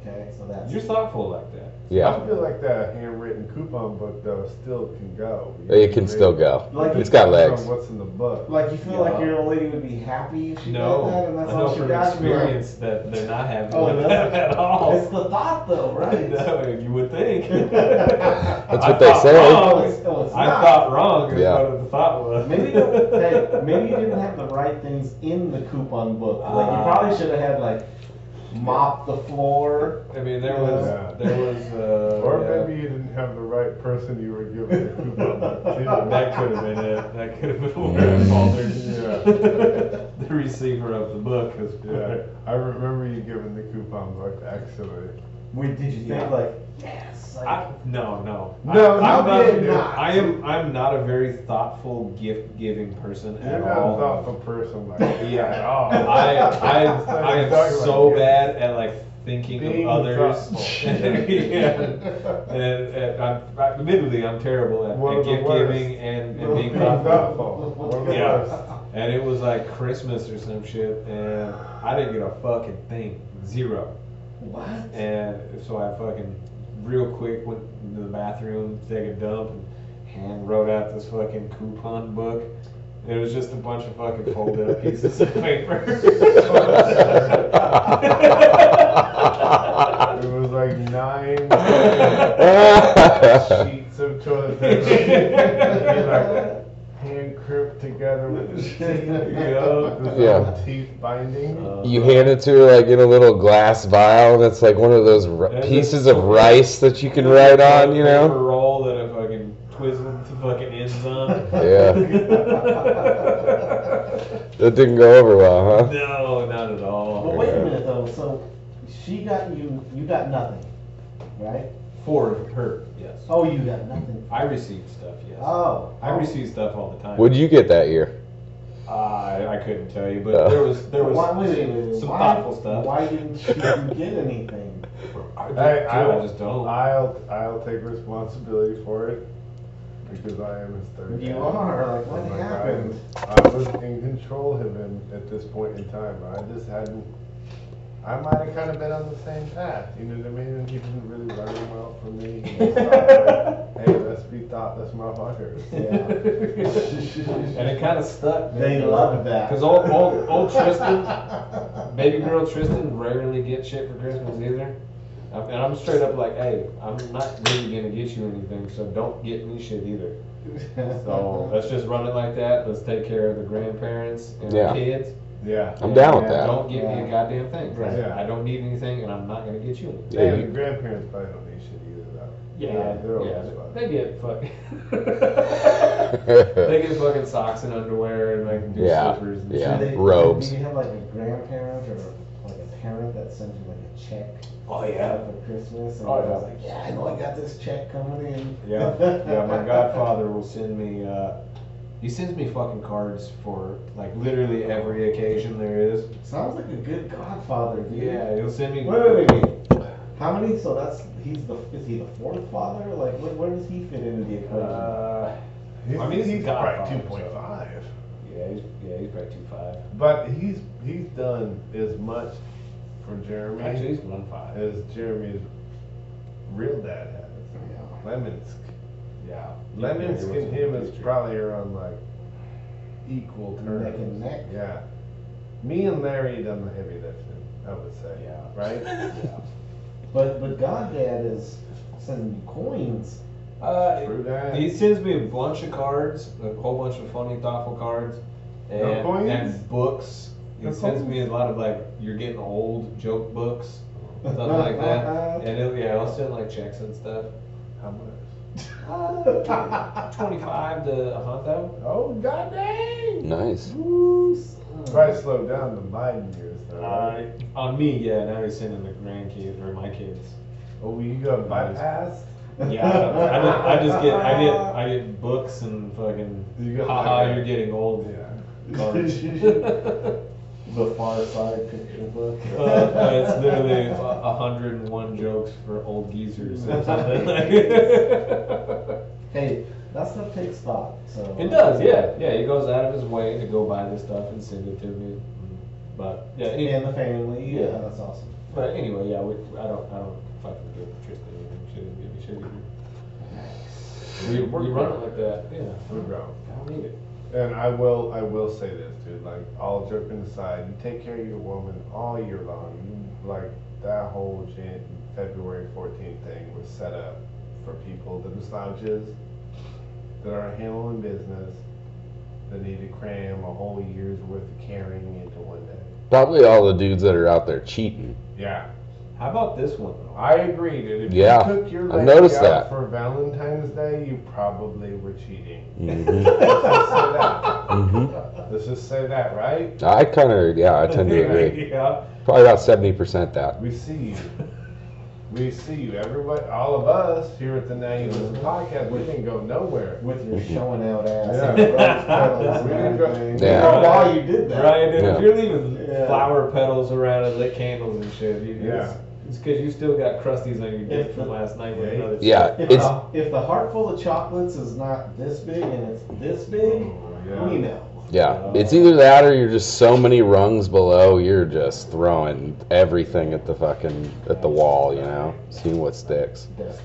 [SPEAKER 3] Okay, so that's
[SPEAKER 4] You're thoughtful like that.
[SPEAKER 1] Yeah.
[SPEAKER 2] I feel like the handwritten coupon book though still can go. You know
[SPEAKER 1] It
[SPEAKER 2] what I
[SPEAKER 1] can still
[SPEAKER 2] mean?
[SPEAKER 1] go.
[SPEAKER 3] like
[SPEAKER 1] It's got
[SPEAKER 2] Depends
[SPEAKER 1] legs.
[SPEAKER 2] on What's in the book?
[SPEAKER 3] Like you feel
[SPEAKER 4] Yeah.
[SPEAKER 3] like your old lady would be happy if she
[SPEAKER 4] No,
[SPEAKER 3] got that, and that's
[SPEAKER 4] I
[SPEAKER 3] all
[SPEAKER 4] know
[SPEAKER 3] she
[SPEAKER 4] from
[SPEAKER 3] got. She'd be like,
[SPEAKER 4] experience that they're not having
[SPEAKER 3] Oh,
[SPEAKER 4] one
[SPEAKER 3] no.
[SPEAKER 4] at
[SPEAKER 3] It's
[SPEAKER 4] all.
[SPEAKER 3] the
[SPEAKER 4] (laughs)
[SPEAKER 3] thought, though, right?
[SPEAKER 4] No, you would think.
[SPEAKER 3] (laughs) That's
[SPEAKER 4] I
[SPEAKER 1] what they
[SPEAKER 4] thought
[SPEAKER 1] say.
[SPEAKER 3] Oh,
[SPEAKER 4] wrong.
[SPEAKER 3] it's, oh, it's
[SPEAKER 4] I
[SPEAKER 3] not.
[SPEAKER 4] thought wrong is
[SPEAKER 1] Yeah.
[SPEAKER 4] what the thought was.
[SPEAKER 3] Maybe, the, hey, maybe you didn't have the right things in the coupon book. Like you
[SPEAKER 4] Ah.
[SPEAKER 3] probably should have had like mop the floor.
[SPEAKER 4] I mean, there was,
[SPEAKER 2] Yeah.
[SPEAKER 4] there was, uh,
[SPEAKER 2] Or
[SPEAKER 4] yeah.
[SPEAKER 2] maybe you didn't have the right person you were giving the coupon
[SPEAKER 1] (laughs)
[SPEAKER 2] book to.
[SPEAKER 4] That could have been it. That could have been where it faltered.
[SPEAKER 2] (laughs) Yeah.
[SPEAKER 4] the receiver of the book is
[SPEAKER 2] Yeah, I remember you giving the coupon book actually.
[SPEAKER 3] Wait, did you think
[SPEAKER 4] Yeah.
[SPEAKER 3] like yes? Like, (laughs)
[SPEAKER 4] I, (laughs) no, no.
[SPEAKER 2] No,
[SPEAKER 4] I,
[SPEAKER 2] no,
[SPEAKER 4] I'm
[SPEAKER 2] you did not.
[SPEAKER 4] I am. I'm not a very thoughtful gift giving person
[SPEAKER 2] You're
[SPEAKER 4] at
[SPEAKER 2] not a
[SPEAKER 4] all.
[SPEAKER 2] thoughtful person like
[SPEAKER 4] Yeah.
[SPEAKER 2] at all.
[SPEAKER 4] I I
[SPEAKER 2] (laughs) That's not
[SPEAKER 4] I am
[SPEAKER 2] exactly what
[SPEAKER 4] so
[SPEAKER 2] you-
[SPEAKER 4] bad at like thinking
[SPEAKER 2] Being
[SPEAKER 4] of others. (laughs)
[SPEAKER 2] thoughtful.
[SPEAKER 3] (laughs)
[SPEAKER 4] yeah. And, and I'm, I- admittedly, I'm terrible at,
[SPEAKER 2] One
[SPEAKER 4] at
[SPEAKER 2] of the
[SPEAKER 4] gift
[SPEAKER 2] worst.
[SPEAKER 4] giving and, and
[SPEAKER 2] Being
[SPEAKER 4] being thoughtful.
[SPEAKER 2] thoughtful. One of the
[SPEAKER 4] Yeah.
[SPEAKER 2] worst.
[SPEAKER 4] And it was like Christmas or some shit, and I didn't get a fucking thing, zero.
[SPEAKER 3] what?
[SPEAKER 4] And so I fucking real quick went into the bathroom, to take a dump, and hand wrote out this fucking coupon book. It was just a bunch of fucking folded up pieces of paper. (laughs)
[SPEAKER 2] It was like
[SPEAKER 4] (laughs)
[SPEAKER 2] nine sheets of
[SPEAKER 4] (laughs)
[SPEAKER 2] toilet paper. You're like, hand crimped together
[SPEAKER 4] (laughs)
[SPEAKER 2] with the teeth, the
[SPEAKER 1] Yeah.
[SPEAKER 2] teeth binding.
[SPEAKER 4] Uh,
[SPEAKER 1] You hand it to her like in a little glass vial, and it's like one of those r- pieces of rice that you can write on, you
[SPEAKER 4] Paper
[SPEAKER 1] know?
[SPEAKER 4] roll that I fucking twizzled the fucking ends on. (laughs)
[SPEAKER 3] Yeah.
[SPEAKER 1] That didn't go over well, huh?
[SPEAKER 4] no, not at all.
[SPEAKER 3] But wait a minute though. So she got you. You got nothing, right?
[SPEAKER 4] For her, yes.
[SPEAKER 3] Oh, you got nothing.
[SPEAKER 4] I received stuff, yes.
[SPEAKER 3] Oh,
[SPEAKER 4] I received stuff all the time.
[SPEAKER 1] What'd you get that year?
[SPEAKER 4] Uh, I I couldn't tell you, but
[SPEAKER 1] Uh.
[SPEAKER 4] there was there was
[SPEAKER 3] why, wait, wait, wait, wait,
[SPEAKER 4] some
[SPEAKER 3] why,
[SPEAKER 4] thoughtful stuff.
[SPEAKER 3] Why didn't you get anything?
[SPEAKER 4] I, just,
[SPEAKER 2] Hey, I-
[SPEAKER 4] dude, I just don't.
[SPEAKER 2] I'll, I'll take responsibility for it because I am his third. dad.
[SPEAKER 3] You are like,
[SPEAKER 2] Oh
[SPEAKER 3] what
[SPEAKER 2] my
[SPEAKER 3] happened?
[SPEAKER 2] God. I was in control of him at this point in time. I just hadn't. I might have kind of been on the same path, you know what I mean? And he didn't really learn well from me. (laughs) He was
[SPEAKER 4] (laughs)
[SPEAKER 2] like, hey, let's be thoughtless motherfuckers.
[SPEAKER 3] (laughs)
[SPEAKER 4] and it kind of stuck.
[SPEAKER 3] They love that.
[SPEAKER 4] Because old, old,
[SPEAKER 3] (laughs)
[SPEAKER 4] old Tristan, baby girl Tristan, rarely get shit for Christmas either. Um, And I'm straight up like, hey, I'm not really gonna get you anything, so don't get me shit either. So let's just run it like that. Let's take care of the grandparents and
[SPEAKER 1] Yeah.
[SPEAKER 4] the kids.
[SPEAKER 2] (laughs) Yeah.
[SPEAKER 1] I'm down with
[SPEAKER 4] And
[SPEAKER 1] that.
[SPEAKER 4] Don't give me
[SPEAKER 3] Yeah.
[SPEAKER 4] a goddamn thing. 'cause
[SPEAKER 2] Right.
[SPEAKER 4] I don't need anything, and I'm not gonna get you anything.
[SPEAKER 1] Yeah,
[SPEAKER 2] and
[SPEAKER 1] you-
[SPEAKER 2] the grandparents probably don't need shit either, though.
[SPEAKER 4] Yeah,
[SPEAKER 2] they're
[SPEAKER 4] yeah,
[SPEAKER 2] always fun.
[SPEAKER 4] they get fucking. they get fucking socks and underwear and like new
[SPEAKER 1] Yeah,
[SPEAKER 4] slippers and
[SPEAKER 1] yeah.
[SPEAKER 4] shit.
[SPEAKER 3] Do they,
[SPEAKER 1] robes.
[SPEAKER 3] Do you have like a grandparent or like a parent that sends you like a check
[SPEAKER 4] Oh
[SPEAKER 3] for Christmas? And
[SPEAKER 4] Oh,
[SPEAKER 3] I was
[SPEAKER 4] yeah.
[SPEAKER 3] like, yeah, I know I got this check coming in.
[SPEAKER 4] Yeah, yeah. My godfather will send me. Uh, he sends me fucking cards for like literally every occasion there is.
[SPEAKER 3] (laughs) Sounds like a good godfather, dude.
[SPEAKER 4] Yeah, he'll send me.
[SPEAKER 3] Wait, wait, wait. How many? So that's he's the is he the fourth father? Like where, where does he fit into the equation?
[SPEAKER 4] Uh,
[SPEAKER 2] He's,
[SPEAKER 4] I mean, he's
[SPEAKER 2] he's
[SPEAKER 4] got
[SPEAKER 2] probably
[SPEAKER 4] five,
[SPEAKER 2] 2.5.
[SPEAKER 4] yeah, he's, yeah, he's probably two five.
[SPEAKER 2] But he's he's done as much for Jeremy
[SPEAKER 4] Actually, he's one five.
[SPEAKER 2] as Jeremy's real dad has. Lemonsk.
[SPEAKER 4] Yeah. Yeah,
[SPEAKER 2] Lemonsk
[SPEAKER 4] he was
[SPEAKER 2] and him is
[SPEAKER 4] future.
[SPEAKER 2] probably are on like equal
[SPEAKER 3] Neck and
[SPEAKER 2] terms.
[SPEAKER 3] neck.
[SPEAKER 2] Yeah. Me and Larry done the heavy lifting, I would say.
[SPEAKER 4] (laughs) Yeah.
[SPEAKER 2] Right?
[SPEAKER 3] But but goddad is sending you coins.
[SPEAKER 4] Uh,
[SPEAKER 2] True that.
[SPEAKER 4] He sends me a bunch of cards, a whole bunch of funny, thoughtful cards, and,
[SPEAKER 2] No coins?
[SPEAKER 4] and books. He
[SPEAKER 2] No
[SPEAKER 4] sends
[SPEAKER 2] coins?
[SPEAKER 4] me a lot of like you're getting old joke books, stuff
[SPEAKER 3] (laughs)
[SPEAKER 4] like that. And it'll, yeah, I'll send like checks and stuff.
[SPEAKER 2] How much?
[SPEAKER 4] Twenty-five to a hundred.
[SPEAKER 2] Oh god
[SPEAKER 1] (laughs)
[SPEAKER 2] dang!
[SPEAKER 1] nice.
[SPEAKER 2] Probably slowed down the Biden years though. right?
[SPEAKER 4] Uh, on me, yeah. Now he's sending the grandkids or my
[SPEAKER 2] (laughs)
[SPEAKER 4] kids.
[SPEAKER 2] oh you got bypassed?
[SPEAKER 4] Yeah, I, don't- I, just, I just get I get I get books and fucking.
[SPEAKER 2] You got
[SPEAKER 4] Haha, you're getting old.
[SPEAKER 2] Yeah.
[SPEAKER 4] Cards.
[SPEAKER 2] (laughs)
[SPEAKER 3] The Far Side picture book.
[SPEAKER 4] (laughs) Uh, but it's literally a- a hundred and one jokes for old geezers or
[SPEAKER 2] (laughs)
[SPEAKER 4] something. (laughs) Like.
[SPEAKER 3] hey, that stuff takes thought. So
[SPEAKER 4] it does, yeah, yeah. He goes out of his way to go buy this stuff and send it to me. But yeah, any-
[SPEAKER 3] And the family. Yeah,
[SPEAKER 4] Yeah.
[SPEAKER 3] that's awesome.
[SPEAKER 4] but anyway, yeah. We, I don't, I don't fucking give Tristan anything. She doesn't give me shit either. We, we run it like that, yeah.
[SPEAKER 2] We're grown.
[SPEAKER 4] I don't need it.
[SPEAKER 2] And I will, I will say this, dude. Like, all joking aside, you take care of your woman all year long. You, like that whole Jan- February 14th thing was set up for people that are slouches, that aren't handling business, that need to cram a whole year's worth of carrying into one day.
[SPEAKER 1] Probably all the dudes that are out there cheating.
[SPEAKER 2] Yeah,
[SPEAKER 4] How about this one?
[SPEAKER 2] I agree, dude. If
[SPEAKER 1] Yeah,
[SPEAKER 2] you took your
[SPEAKER 1] I
[SPEAKER 2] lady
[SPEAKER 1] noticed
[SPEAKER 2] out
[SPEAKER 1] that.
[SPEAKER 2] for Valentine's Day, you probably were cheating.
[SPEAKER 1] hmm
[SPEAKER 2] Let's just say that. (laughs)
[SPEAKER 1] hmm
[SPEAKER 2] Let's just say that, right?
[SPEAKER 1] I kind of, yeah, I tend to
[SPEAKER 4] (laughs)
[SPEAKER 1] agree.
[SPEAKER 4] yeah.
[SPEAKER 1] Probably about 70% that.
[SPEAKER 2] We see you. We see you. Everybody, all of us here at the Now You Listen podcast, we didn't go nowhere.
[SPEAKER 3] With your showing out (laughs)
[SPEAKER 2] Yeah.
[SPEAKER 3] ass. and rose petals and
[SPEAKER 2] We didn't go-
[SPEAKER 3] everything.
[SPEAKER 1] Yeah.
[SPEAKER 3] You know why you did that.
[SPEAKER 4] Right, and
[SPEAKER 1] Yeah.
[SPEAKER 4] if you're leaving
[SPEAKER 3] Yeah.
[SPEAKER 4] flower petals around and lit candles and shit, you,
[SPEAKER 2] Yeah.
[SPEAKER 4] it's it's because you still got crusties on your dick
[SPEAKER 3] If
[SPEAKER 4] from
[SPEAKER 3] the-
[SPEAKER 4] last night with
[SPEAKER 2] Yeah.
[SPEAKER 4] another
[SPEAKER 1] Yeah,
[SPEAKER 3] If
[SPEAKER 1] it's,
[SPEAKER 3] the, if the heart full of chocolates is not this big and it's this big, we know.
[SPEAKER 1] yeah, it's either that or you're just so many rungs below, you're just throwing everything at the fucking, at the wall, you know? Seeing what sticks.
[SPEAKER 3] That's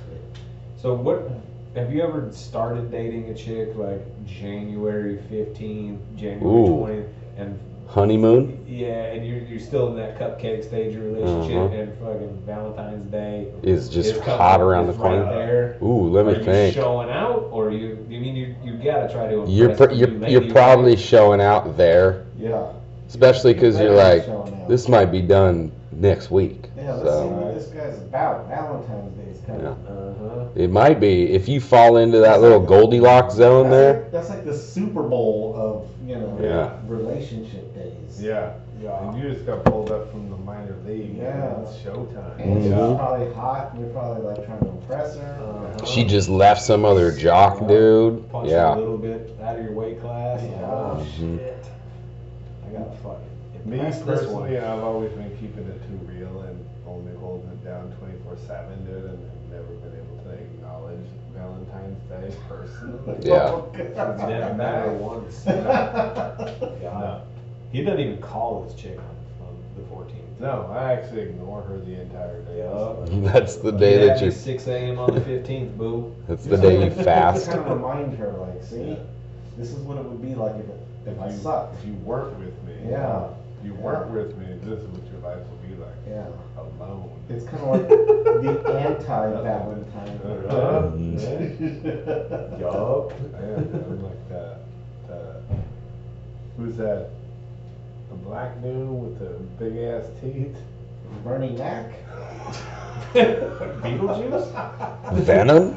[SPEAKER 4] So what have you ever started dating a chick like January fifteenth, January
[SPEAKER 1] Ooh.
[SPEAKER 4] twentieth, and
[SPEAKER 1] Honeymoon?
[SPEAKER 4] yeah, and you're you're still in that cupcake stage of relationship,
[SPEAKER 1] Mhm.
[SPEAKER 4] and fucking Valentine's Day
[SPEAKER 1] Is just
[SPEAKER 4] is coming-
[SPEAKER 1] hot around the
[SPEAKER 4] is right
[SPEAKER 1] corner.
[SPEAKER 4] there.
[SPEAKER 1] Ooh, let
[SPEAKER 4] are
[SPEAKER 1] me
[SPEAKER 4] you
[SPEAKER 1] think.
[SPEAKER 4] showing out, or you? You mean you you gotta try to impress
[SPEAKER 1] You're pr-
[SPEAKER 4] the new
[SPEAKER 1] you're,
[SPEAKER 4] lady,
[SPEAKER 1] you're probably showing out there,
[SPEAKER 3] Yeah.
[SPEAKER 1] especially because you're like,
[SPEAKER 3] Showing out.
[SPEAKER 1] this might be done next week.
[SPEAKER 3] Yeah, let's see
[SPEAKER 1] So
[SPEAKER 3] what this guy's about. Valentine's Day's coming.
[SPEAKER 1] Yeah.
[SPEAKER 4] Uh huh.
[SPEAKER 1] It might be if you fall into that little Goldilocks zone
[SPEAKER 3] That's
[SPEAKER 1] there.
[SPEAKER 3] like- That's like the Super Bowl of, you know,
[SPEAKER 1] Yeah.
[SPEAKER 3] relationship days.
[SPEAKER 2] Yeah, Mm-hmm.
[SPEAKER 3] Yeah.
[SPEAKER 2] and you just got pulled up from the minor league.
[SPEAKER 3] Yeah.
[SPEAKER 2] and it's showtime.
[SPEAKER 3] And she's
[SPEAKER 1] Mhm.
[SPEAKER 3] probably hot, and you're probably like trying to impress her.
[SPEAKER 4] Uh-huh.
[SPEAKER 1] She just left some other jock dude. (laughs)
[SPEAKER 4] Punch a
[SPEAKER 1] Yeah.
[SPEAKER 4] little bit out of your weight class.
[SPEAKER 3] Yeah.
[SPEAKER 4] Oh
[SPEAKER 1] Mhm.
[SPEAKER 4] shit! I gotta fucking
[SPEAKER 2] Me
[SPEAKER 4] impress this
[SPEAKER 2] personally,
[SPEAKER 4] one.
[SPEAKER 2] I've always been keeping it too real and only holding it down 24 7, dude, and I've never been able to acknowledge Valentine's Day personally.
[SPEAKER 1] Yeah.
[SPEAKER 4] It's never met
[SPEAKER 3] (laughs)
[SPEAKER 4] her once. (laughs) God.
[SPEAKER 2] No,
[SPEAKER 4] He doesn't even call this chick on, on the 14th.
[SPEAKER 2] no, I actually ignore her the entire day.
[SPEAKER 4] Yup.
[SPEAKER 1] That's the day that you.
[SPEAKER 4] 6 a.m. on the 15th, boo.
[SPEAKER 1] That's the day you fast.
[SPEAKER 3] Kind of remind her, like, see,
[SPEAKER 4] Yeah.
[SPEAKER 3] this is what it would be like if, it, if I
[SPEAKER 2] You-
[SPEAKER 3] sucked.
[SPEAKER 2] If you weren't with me,
[SPEAKER 3] Yeah,
[SPEAKER 2] if you weren't with me, this is what your life would be like
[SPEAKER 3] yeah.
[SPEAKER 2] alone.
[SPEAKER 3] It's kind of like (laughs) the
[SPEAKER 4] (laughs)
[SPEAKER 3] anti-Valentine.
[SPEAKER 2] Uh-huh.
[SPEAKER 1] Mhm.
[SPEAKER 3] (laughs)
[SPEAKER 4] Yup.
[SPEAKER 2] I am, I'm like the, the, who's that? The black dude with the big ass teeth? (laughs)
[SPEAKER 3] Bernie Mac.
[SPEAKER 4] (laughs)
[SPEAKER 3] (laughs)
[SPEAKER 4] Beetlejuice?
[SPEAKER 1] Venom.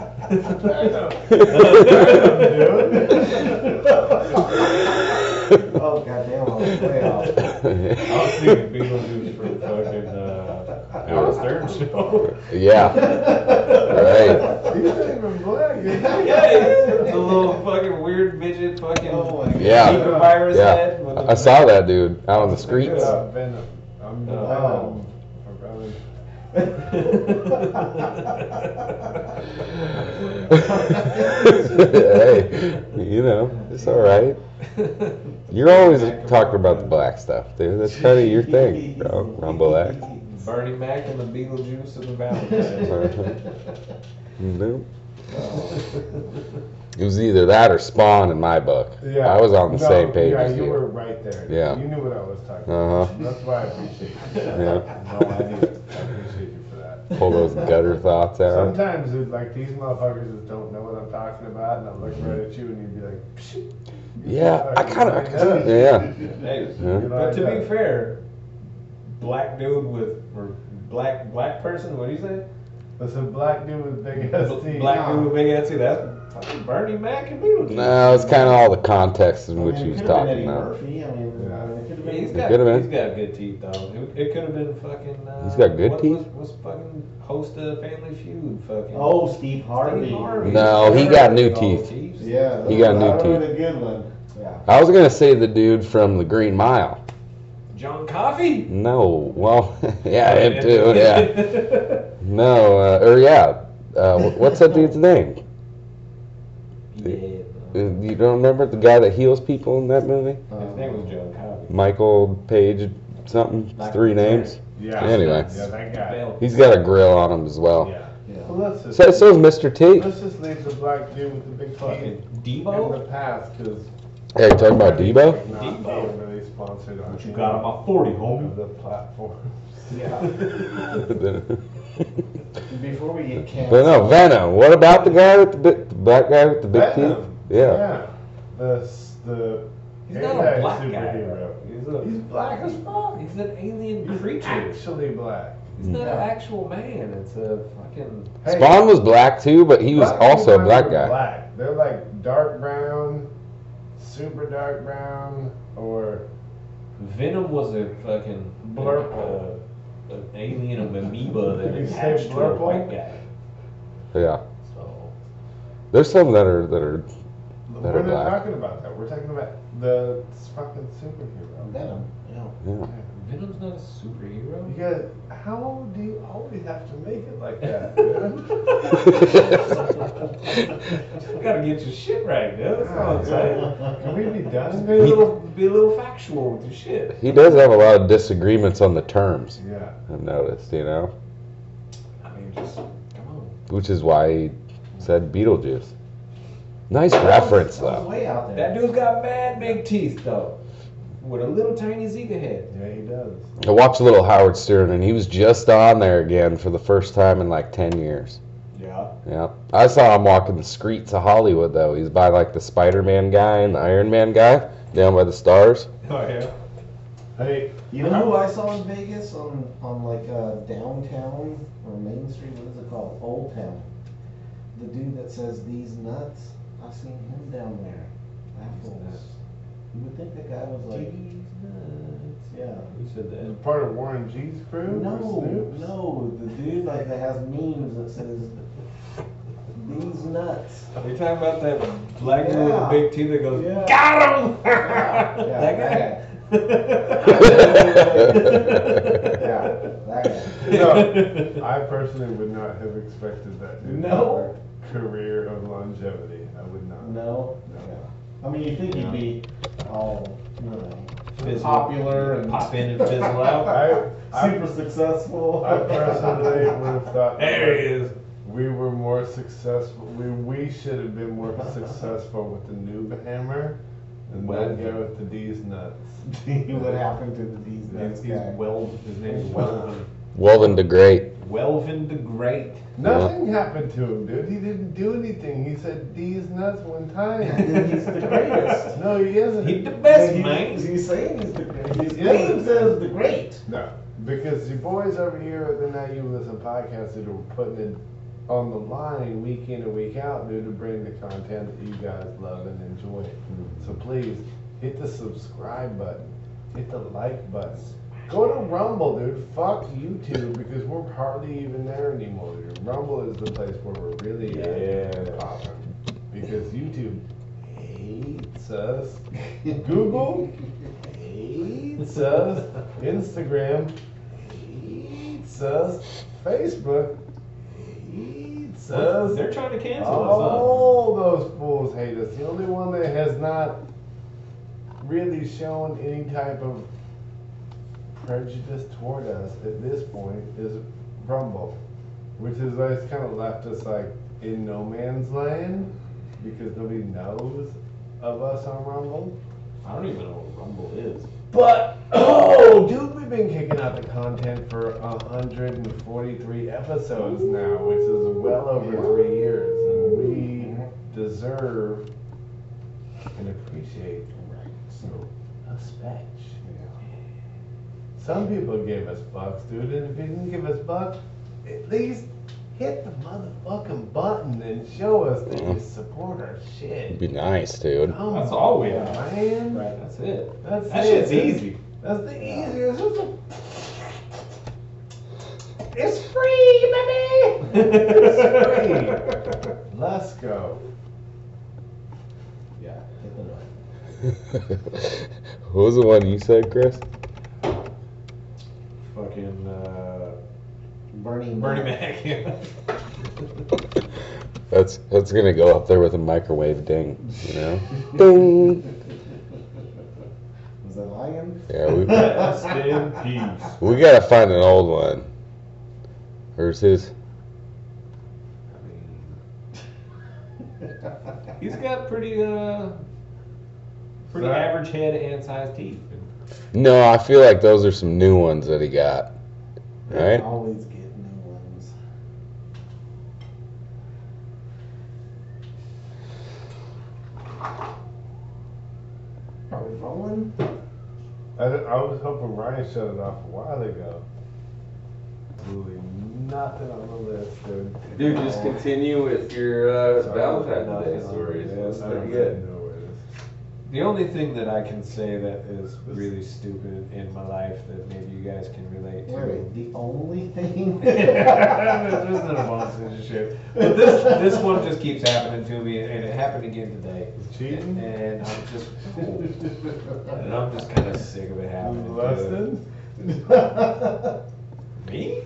[SPEAKER 3] Oh goddamn! I was way off.
[SPEAKER 4] I was thinking Beetlejuice for fucking uh, Howard Stern show.
[SPEAKER 3] (laughs)
[SPEAKER 1] yeah. Right.
[SPEAKER 2] He's not even black. is he?
[SPEAKER 4] yeah, the little fucking weird midget fucking
[SPEAKER 3] Oh my God.
[SPEAKER 1] Yeah.
[SPEAKER 4] Zika virus
[SPEAKER 1] Yeah.
[SPEAKER 4] head. With the
[SPEAKER 1] I saw that dude out on the
[SPEAKER 2] Check it
[SPEAKER 1] streets.
[SPEAKER 2] out, Venom. I'm the
[SPEAKER 3] Oh.
[SPEAKER 2] Venom. I'm probably-
[SPEAKER 3] Um. (laughs)
[SPEAKER 4] (laughs)
[SPEAKER 1] hey, you know, it's all right. You're always talking about the black stuff, dude. That's kind of your thing, bro. Rumble X.
[SPEAKER 4] Bernie Mac and the Beetlejuice and the Valentine.
[SPEAKER 1] Mhm. It was either that or Spawn in my book.
[SPEAKER 2] Yeah.
[SPEAKER 1] I was on the
[SPEAKER 2] No,
[SPEAKER 1] same page
[SPEAKER 2] Yeah,
[SPEAKER 1] as
[SPEAKER 2] you
[SPEAKER 1] you.
[SPEAKER 2] were right there.
[SPEAKER 1] Yeah.
[SPEAKER 2] You knew what I was talking
[SPEAKER 1] Uh-huh.
[SPEAKER 2] about. That's why I appreciate you.
[SPEAKER 1] Yeah.
[SPEAKER 2] (laughs) No, I knew it. I appreciate you for that.
[SPEAKER 1] Pull those gutter thoughts out.
[SPEAKER 2] Sometimes it's like these motherfuckers just don't know what I'm talking about, and I look right at you, and you'd be like, Psh,
[SPEAKER 1] Yeah, I kind of, I kinda, yeah.
[SPEAKER 4] Hey,
[SPEAKER 1] Yeah.
[SPEAKER 4] but to be fair, black dude with or black black person, what do you say?
[SPEAKER 2] it's a black dude with big ass
[SPEAKER 4] Bl-
[SPEAKER 2] teeth.
[SPEAKER 4] Black dude with big ass teeth. That's fucking Bernie Mac and Beetlejuice.
[SPEAKER 1] No, it's kind of all the context in which
[SPEAKER 3] I
[SPEAKER 1] he
[SPEAKER 3] mean,
[SPEAKER 1] was
[SPEAKER 3] it could've been
[SPEAKER 1] talking
[SPEAKER 3] Eddie
[SPEAKER 1] about.
[SPEAKER 3] Murphy. I mean,
[SPEAKER 2] Yeah.
[SPEAKER 3] it could have
[SPEAKER 4] Yeah,
[SPEAKER 3] been.
[SPEAKER 4] he's
[SPEAKER 1] It
[SPEAKER 4] got
[SPEAKER 1] could've been.
[SPEAKER 4] he's got good teeth though. It, it could have been fucking. Uh,
[SPEAKER 1] He's got good
[SPEAKER 4] what,
[SPEAKER 1] teeth?
[SPEAKER 4] What's, what's fucking host of Family Feud? Fucking.
[SPEAKER 3] Oh, Steve Harvey.
[SPEAKER 4] Steve Harvey. Oh,
[SPEAKER 1] No, he got new
[SPEAKER 4] All
[SPEAKER 1] teeth.
[SPEAKER 4] teeth.
[SPEAKER 3] Yeah,
[SPEAKER 1] He got new
[SPEAKER 3] that would've
[SPEAKER 1] teeth.
[SPEAKER 3] been a good one. Yeah.
[SPEAKER 1] I was gonna say the dude from the Green Mile.
[SPEAKER 4] John Coffey.
[SPEAKER 1] No, well, (laughs) yeah, him too.
[SPEAKER 4] (laughs)
[SPEAKER 1] Yeah, no, uh, or yeah. Uh, wh- what's that dude's name? Uh,
[SPEAKER 4] yeah.
[SPEAKER 1] You don't remember the guy that heals people in that movie?
[SPEAKER 4] His name was John Coffey.
[SPEAKER 1] Michael Page, something. It's three names.
[SPEAKER 2] Yeah.
[SPEAKER 1] Anyway.
[SPEAKER 2] Yeah, that guy.
[SPEAKER 4] Bell.
[SPEAKER 1] He's got a grill on him as well.
[SPEAKER 2] Yeah.
[SPEAKER 3] Yeah.
[SPEAKER 2] Well, let's just,
[SPEAKER 1] So so's Mr. T.
[SPEAKER 2] let's just leave the black dude with the big
[SPEAKER 4] Fucking
[SPEAKER 2] teeth in
[SPEAKER 4] Debo.
[SPEAKER 2] the past, because
[SPEAKER 1] Hey, you talking about
[SPEAKER 2] (laughs)
[SPEAKER 1] Debo?
[SPEAKER 4] Debo.
[SPEAKER 2] really sponsored on
[SPEAKER 4] But you got him at forty,
[SPEAKER 2] any of
[SPEAKER 4] homie.
[SPEAKER 2] the platform.
[SPEAKER 3] Before we get
[SPEAKER 1] but
[SPEAKER 3] canceled.
[SPEAKER 1] no, Venom. What about the guy with the, big, the black guy with the big teeth?
[SPEAKER 2] Venom.
[SPEAKER 1] Yeah.
[SPEAKER 2] The s- the
[SPEAKER 4] He's not a black guy. bro. (laughs) He's a
[SPEAKER 2] He's black as fuck.
[SPEAKER 4] He's an alien
[SPEAKER 2] He's
[SPEAKER 4] creature.
[SPEAKER 2] actually black.
[SPEAKER 4] He's not an actual man. It's a fucking.
[SPEAKER 2] Hey,
[SPEAKER 1] Spawn was black too, but he was
[SPEAKER 2] black
[SPEAKER 1] also a
[SPEAKER 2] people
[SPEAKER 1] black
[SPEAKER 2] are
[SPEAKER 1] guy.
[SPEAKER 2] Black. They're like dark brown, super dark brown, or
[SPEAKER 4] Venom was a fucking.
[SPEAKER 2] Blurple.
[SPEAKER 4] Uh, an alien of amoeba that
[SPEAKER 2] You say
[SPEAKER 4] attached to a
[SPEAKER 2] blurple?
[SPEAKER 4] white guy.
[SPEAKER 1] Yeah.
[SPEAKER 4] So.
[SPEAKER 1] There's some that are that are
[SPEAKER 2] we're not
[SPEAKER 1] black.
[SPEAKER 2] talking about that. We're talking about the fucking superhero.
[SPEAKER 3] Venom. Yeah.
[SPEAKER 1] yeah.
[SPEAKER 4] Venom's not a superhero?
[SPEAKER 2] You guys, how do you always have to make it
[SPEAKER 3] (laughs)
[SPEAKER 2] like that? man?
[SPEAKER 4] You (laughs) gotta get your shit right, dude. That's all I'm saying.
[SPEAKER 2] Can we
[SPEAKER 3] (laughs)
[SPEAKER 2] be done,
[SPEAKER 4] Be a
[SPEAKER 2] dude?
[SPEAKER 4] little, be a little factual with your shit.
[SPEAKER 1] He does have a lot of disagreements on the terms.
[SPEAKER 2] Yeah.
[SPEAKER 1] I've noticed, you know,
[SPEAKER 4] I mean, just come on.
[SPEAKER 1] which is why he said Beetlejuice. Nice reference
[SPEAKER 3] That was
[SPEAKER 1] though.
[SPEAKER 3] way out
[SPEAKER 4] That
[SPEAKER 3] there.
[SPEAKER 4] dude's got mad big teeth though, with a little tiny Zika head.
[SPEAKER 2] Yeah, he does.
[SPEAKER 1] I watched a little Howard Stern, and he was just on there again for the first time in like ten years.
[SPEAKER 4] Yeah.
[SPEAKER 1] Yeah, I saw him walking the streets of Hollywood though. He's by like the Spider-Man guy and the Iron Man guy down by the stars.
[SPEAKER 4] Oh yeah.
[SPEAKER 2] Hey,
[SPEAKER 3] You know who I saw in Vegas on on like uh, downtown or Main Street? What is it called? Old Town. The dude that says these nuts. I've seen him down there. Apples. You would think that guy was like, yeah.
[SPEAKER 4] Who said
[SPEAKER 2] is
[SPEAKER 4] that?
[SPEAKER 2] it part of Warren G's crew? or
[SPEAKER 3] No,
[SPEAKER 2] Snoop's?
[SPEAKER 3] no, the dude like that has memes that says these nuts.
[SPEAKER 4] Are you talking about that black dude with the
[SPEAKER 3] Yeah.
[SPEAKER 4] big teeth that goes,
[SPEAKER 3] Yeah.
[SPEAKER 4] Got him!
[SPEAKER 3] yeah,
[SPEAKER 4] that
[SPEAKER 3] Yeah, that
[SPEAKER 4] (laughs)
[SPEAKER 3] guy.
[SPEAKER 4] guy.
[SPEAKER 2] I personally would not have expected (laughs) that dude. to
[SPEAKER 3] No.
[SPEAKER 2] have a Career of longevity. I would not.
[SPEAKER 3] No. Yeah. I mean, you think he'd be all you know,
[SPEAKER 4] Fizzle.
[SPEAKER 3] popular and
[SPEAKER 4] Pop in and fizzle out.
[SPEAKER 2] (laughs) I,
[SPEAKER 3] (laughs)
[SPEAKER 2] I,
[SPEAKER 3] super successful.
[SPEAKER 2] I personally
[SPEAKER 3] (laughs)
[SPEAKER 2] would have thought
[SPEAKER 4] There he is.
[SPEAKER 2] we were more successful. We, we should have been more successful with the noob hammer and
[SPEAKER 4] Well-
[SPEAKER 2] not go with the D's nuts.
[SPEAKER 3] what happened to the these
[SPEAKER 4] He's,
[SPEAKER 3] nuts
[SPEAKER 4] he's
[SPEAKER 3] guy?
[SPEAKER 4] Wel- his name is Welvin.
[SPEAKER 1] Welvin the Great.
[SPEAKER 4] Welvin the Great.
[SPEAKER 2] Nothing happened to him, dude. He didn't do anything. He said D's nuts one
[SPEAKER 3] (laughs)
[SPEAKER 2] time.
[SPEAKER 3] He's the greatest.
[SPEAKER 2] no, he isn't.
[SPEAKER 4] He the best,
[SPEAKER 3] He's-
[SPEAKER 4] man.
[SPEAKER 3] He's saying he's the great. His
[SPEAKER 2] Yeah.
[SPEAKER 3] name says the great.
[SPEAKER 2] No, because the boys over here at the Now You Listen podcast that are putting it on the line week in and week out, dude, to bring the content that you guys love and enjoy. So please hit the subscribe button, hit the like button. Go to Rumble, dude. Fuck YouTube because we're hardly even there anymore. Dude. Rumble is the place where we're really at
[SPEAKER 4] Yeah.
[SPEAKER 2] popping because YouTube hates us. (laughs) Google hates us. Instagram hates us. Facebook hates us.
[SPEAKER 4] They're trying to cancel
[SPEAKER 2] Oh. All those fools hate us. The only one that has not really shown any type of prejudice toward us at this point is Rumble, which has like, kind of left us like in no man's land because nobody knows of us on Rumble.
[SPEAKER 4] us up. I don't even know what Rumble is.
[SPEAKER 2] But oh, dude, we've been kicking out the content for 143 episodes now, which is well over three years, and we deserve and appreciate some respect. Some people gave us bucks, dude, and if you didn't give us bucks, at least hit the motherfucking button and show us that you support our
[SPEAKER 1] It'd
[SPEAKER 2] shit.
[SPEAKER 1] be nice, dude. (laughs)
[SPEAKER 2] Come
[SPEAKER 4] That's all we
[SPEAKER 2] on,
[SPEAKER 4] ask.
[SPEAKER 2] man.
[SPEAKER 3] Right.
[SPEAKER 4] That's it.
[SPEAKER 2] That's
[SPEAKER 4] That
[SPEAKER 2] it,
[SPEAKER 4] shit's
[SPEAKER 2] dude.
[SPEAKER 4] easy.
[SPEAKER 2] That's the easiest. It's, a... it's free, baby. It's free. Let's go.
[SPEAKER 4] Yeah.
[SPEAKER 3] Hit the nut.
[SPEAKER 1] what was the one you said, Chris?
[SPEAKER 4] Fucking uh,
[SPEAKER 3] Bernie.
[SPEAKER 4] Bernie
[SPEAKER 3] Mac.
[SPEAKER 4] Mac. yeah.
[SPEAKER 1] That's that's gonna go up there with a microwave ding, you
[SPEAKER 3] (laughs)
[SPEAKER 2] (laughs)
[SPEAKER 1] know? Ding.
[SPEAKER 3] Was that lion?
[SPEAKER 1] Yeah,
[SPEAKER 3] (laughs)
[SPEAKER 1] we
[SPEAKER 4] Rest in peace.
[SPEAKER 1] we gotta find an old one. Where's his?
[SPEAKER 4] I mean,
[SPEAKER 1] (laughs)
[SPEAKER 4] he's got pretty uh, pretty
[SPEAKER 2] Zach?
[SPEAKER 4] average head and size teeth.
[SPEAKER 1] No, I feel like those are some new ones that he got.
[SPEAKER 3] They
[SPEAKER 1] Right?
[SPEAKER 3] Always get new ones. Are we rolling?
[SPEAKER 2] I, I was hoping Ryan shut it off a while ago. Absolutely nothing on the list, dude.
[SPEAKER 5] Dude, just continue with your uh,
[SPEAKER 2] Sorry,
[SPEAKER 5] Valentine's
[SPEAKER 2] nothing
[SPEAKER 5] Day
[SPEAKER 2] on
[SPEAKER 5] stories.
[SPEAKER 2] the
[SPEAKER 5] That's
[SPEAKER 2] list. I
[SPEAKER 5] pretty
[SPEAKER 2] don't
[SPEAKER 5] good.
[SPEAKER 2] really know where it is.
[SPEAKER 4] The only thing that I can say that is really stupid in my life that maybe you guys can relate (laughs) to.
[SPEAKER 3] Wait, the only thing? (laughs)
[SPEAKER 4] There's just an abundance of shit. But this this one just keeps happening to me, and it happened again today.
[SPEAKER 2] It's
[SPEAKER 4] And,
[SPEAKER 2] cheating.
[SPEAKER 4] and I'm just and I'm just kind of sick of it happening. dude.
[SPEAKER 2] Molested?
[SPEAKER 5] (laughs)
[SPEAKER 4] Me?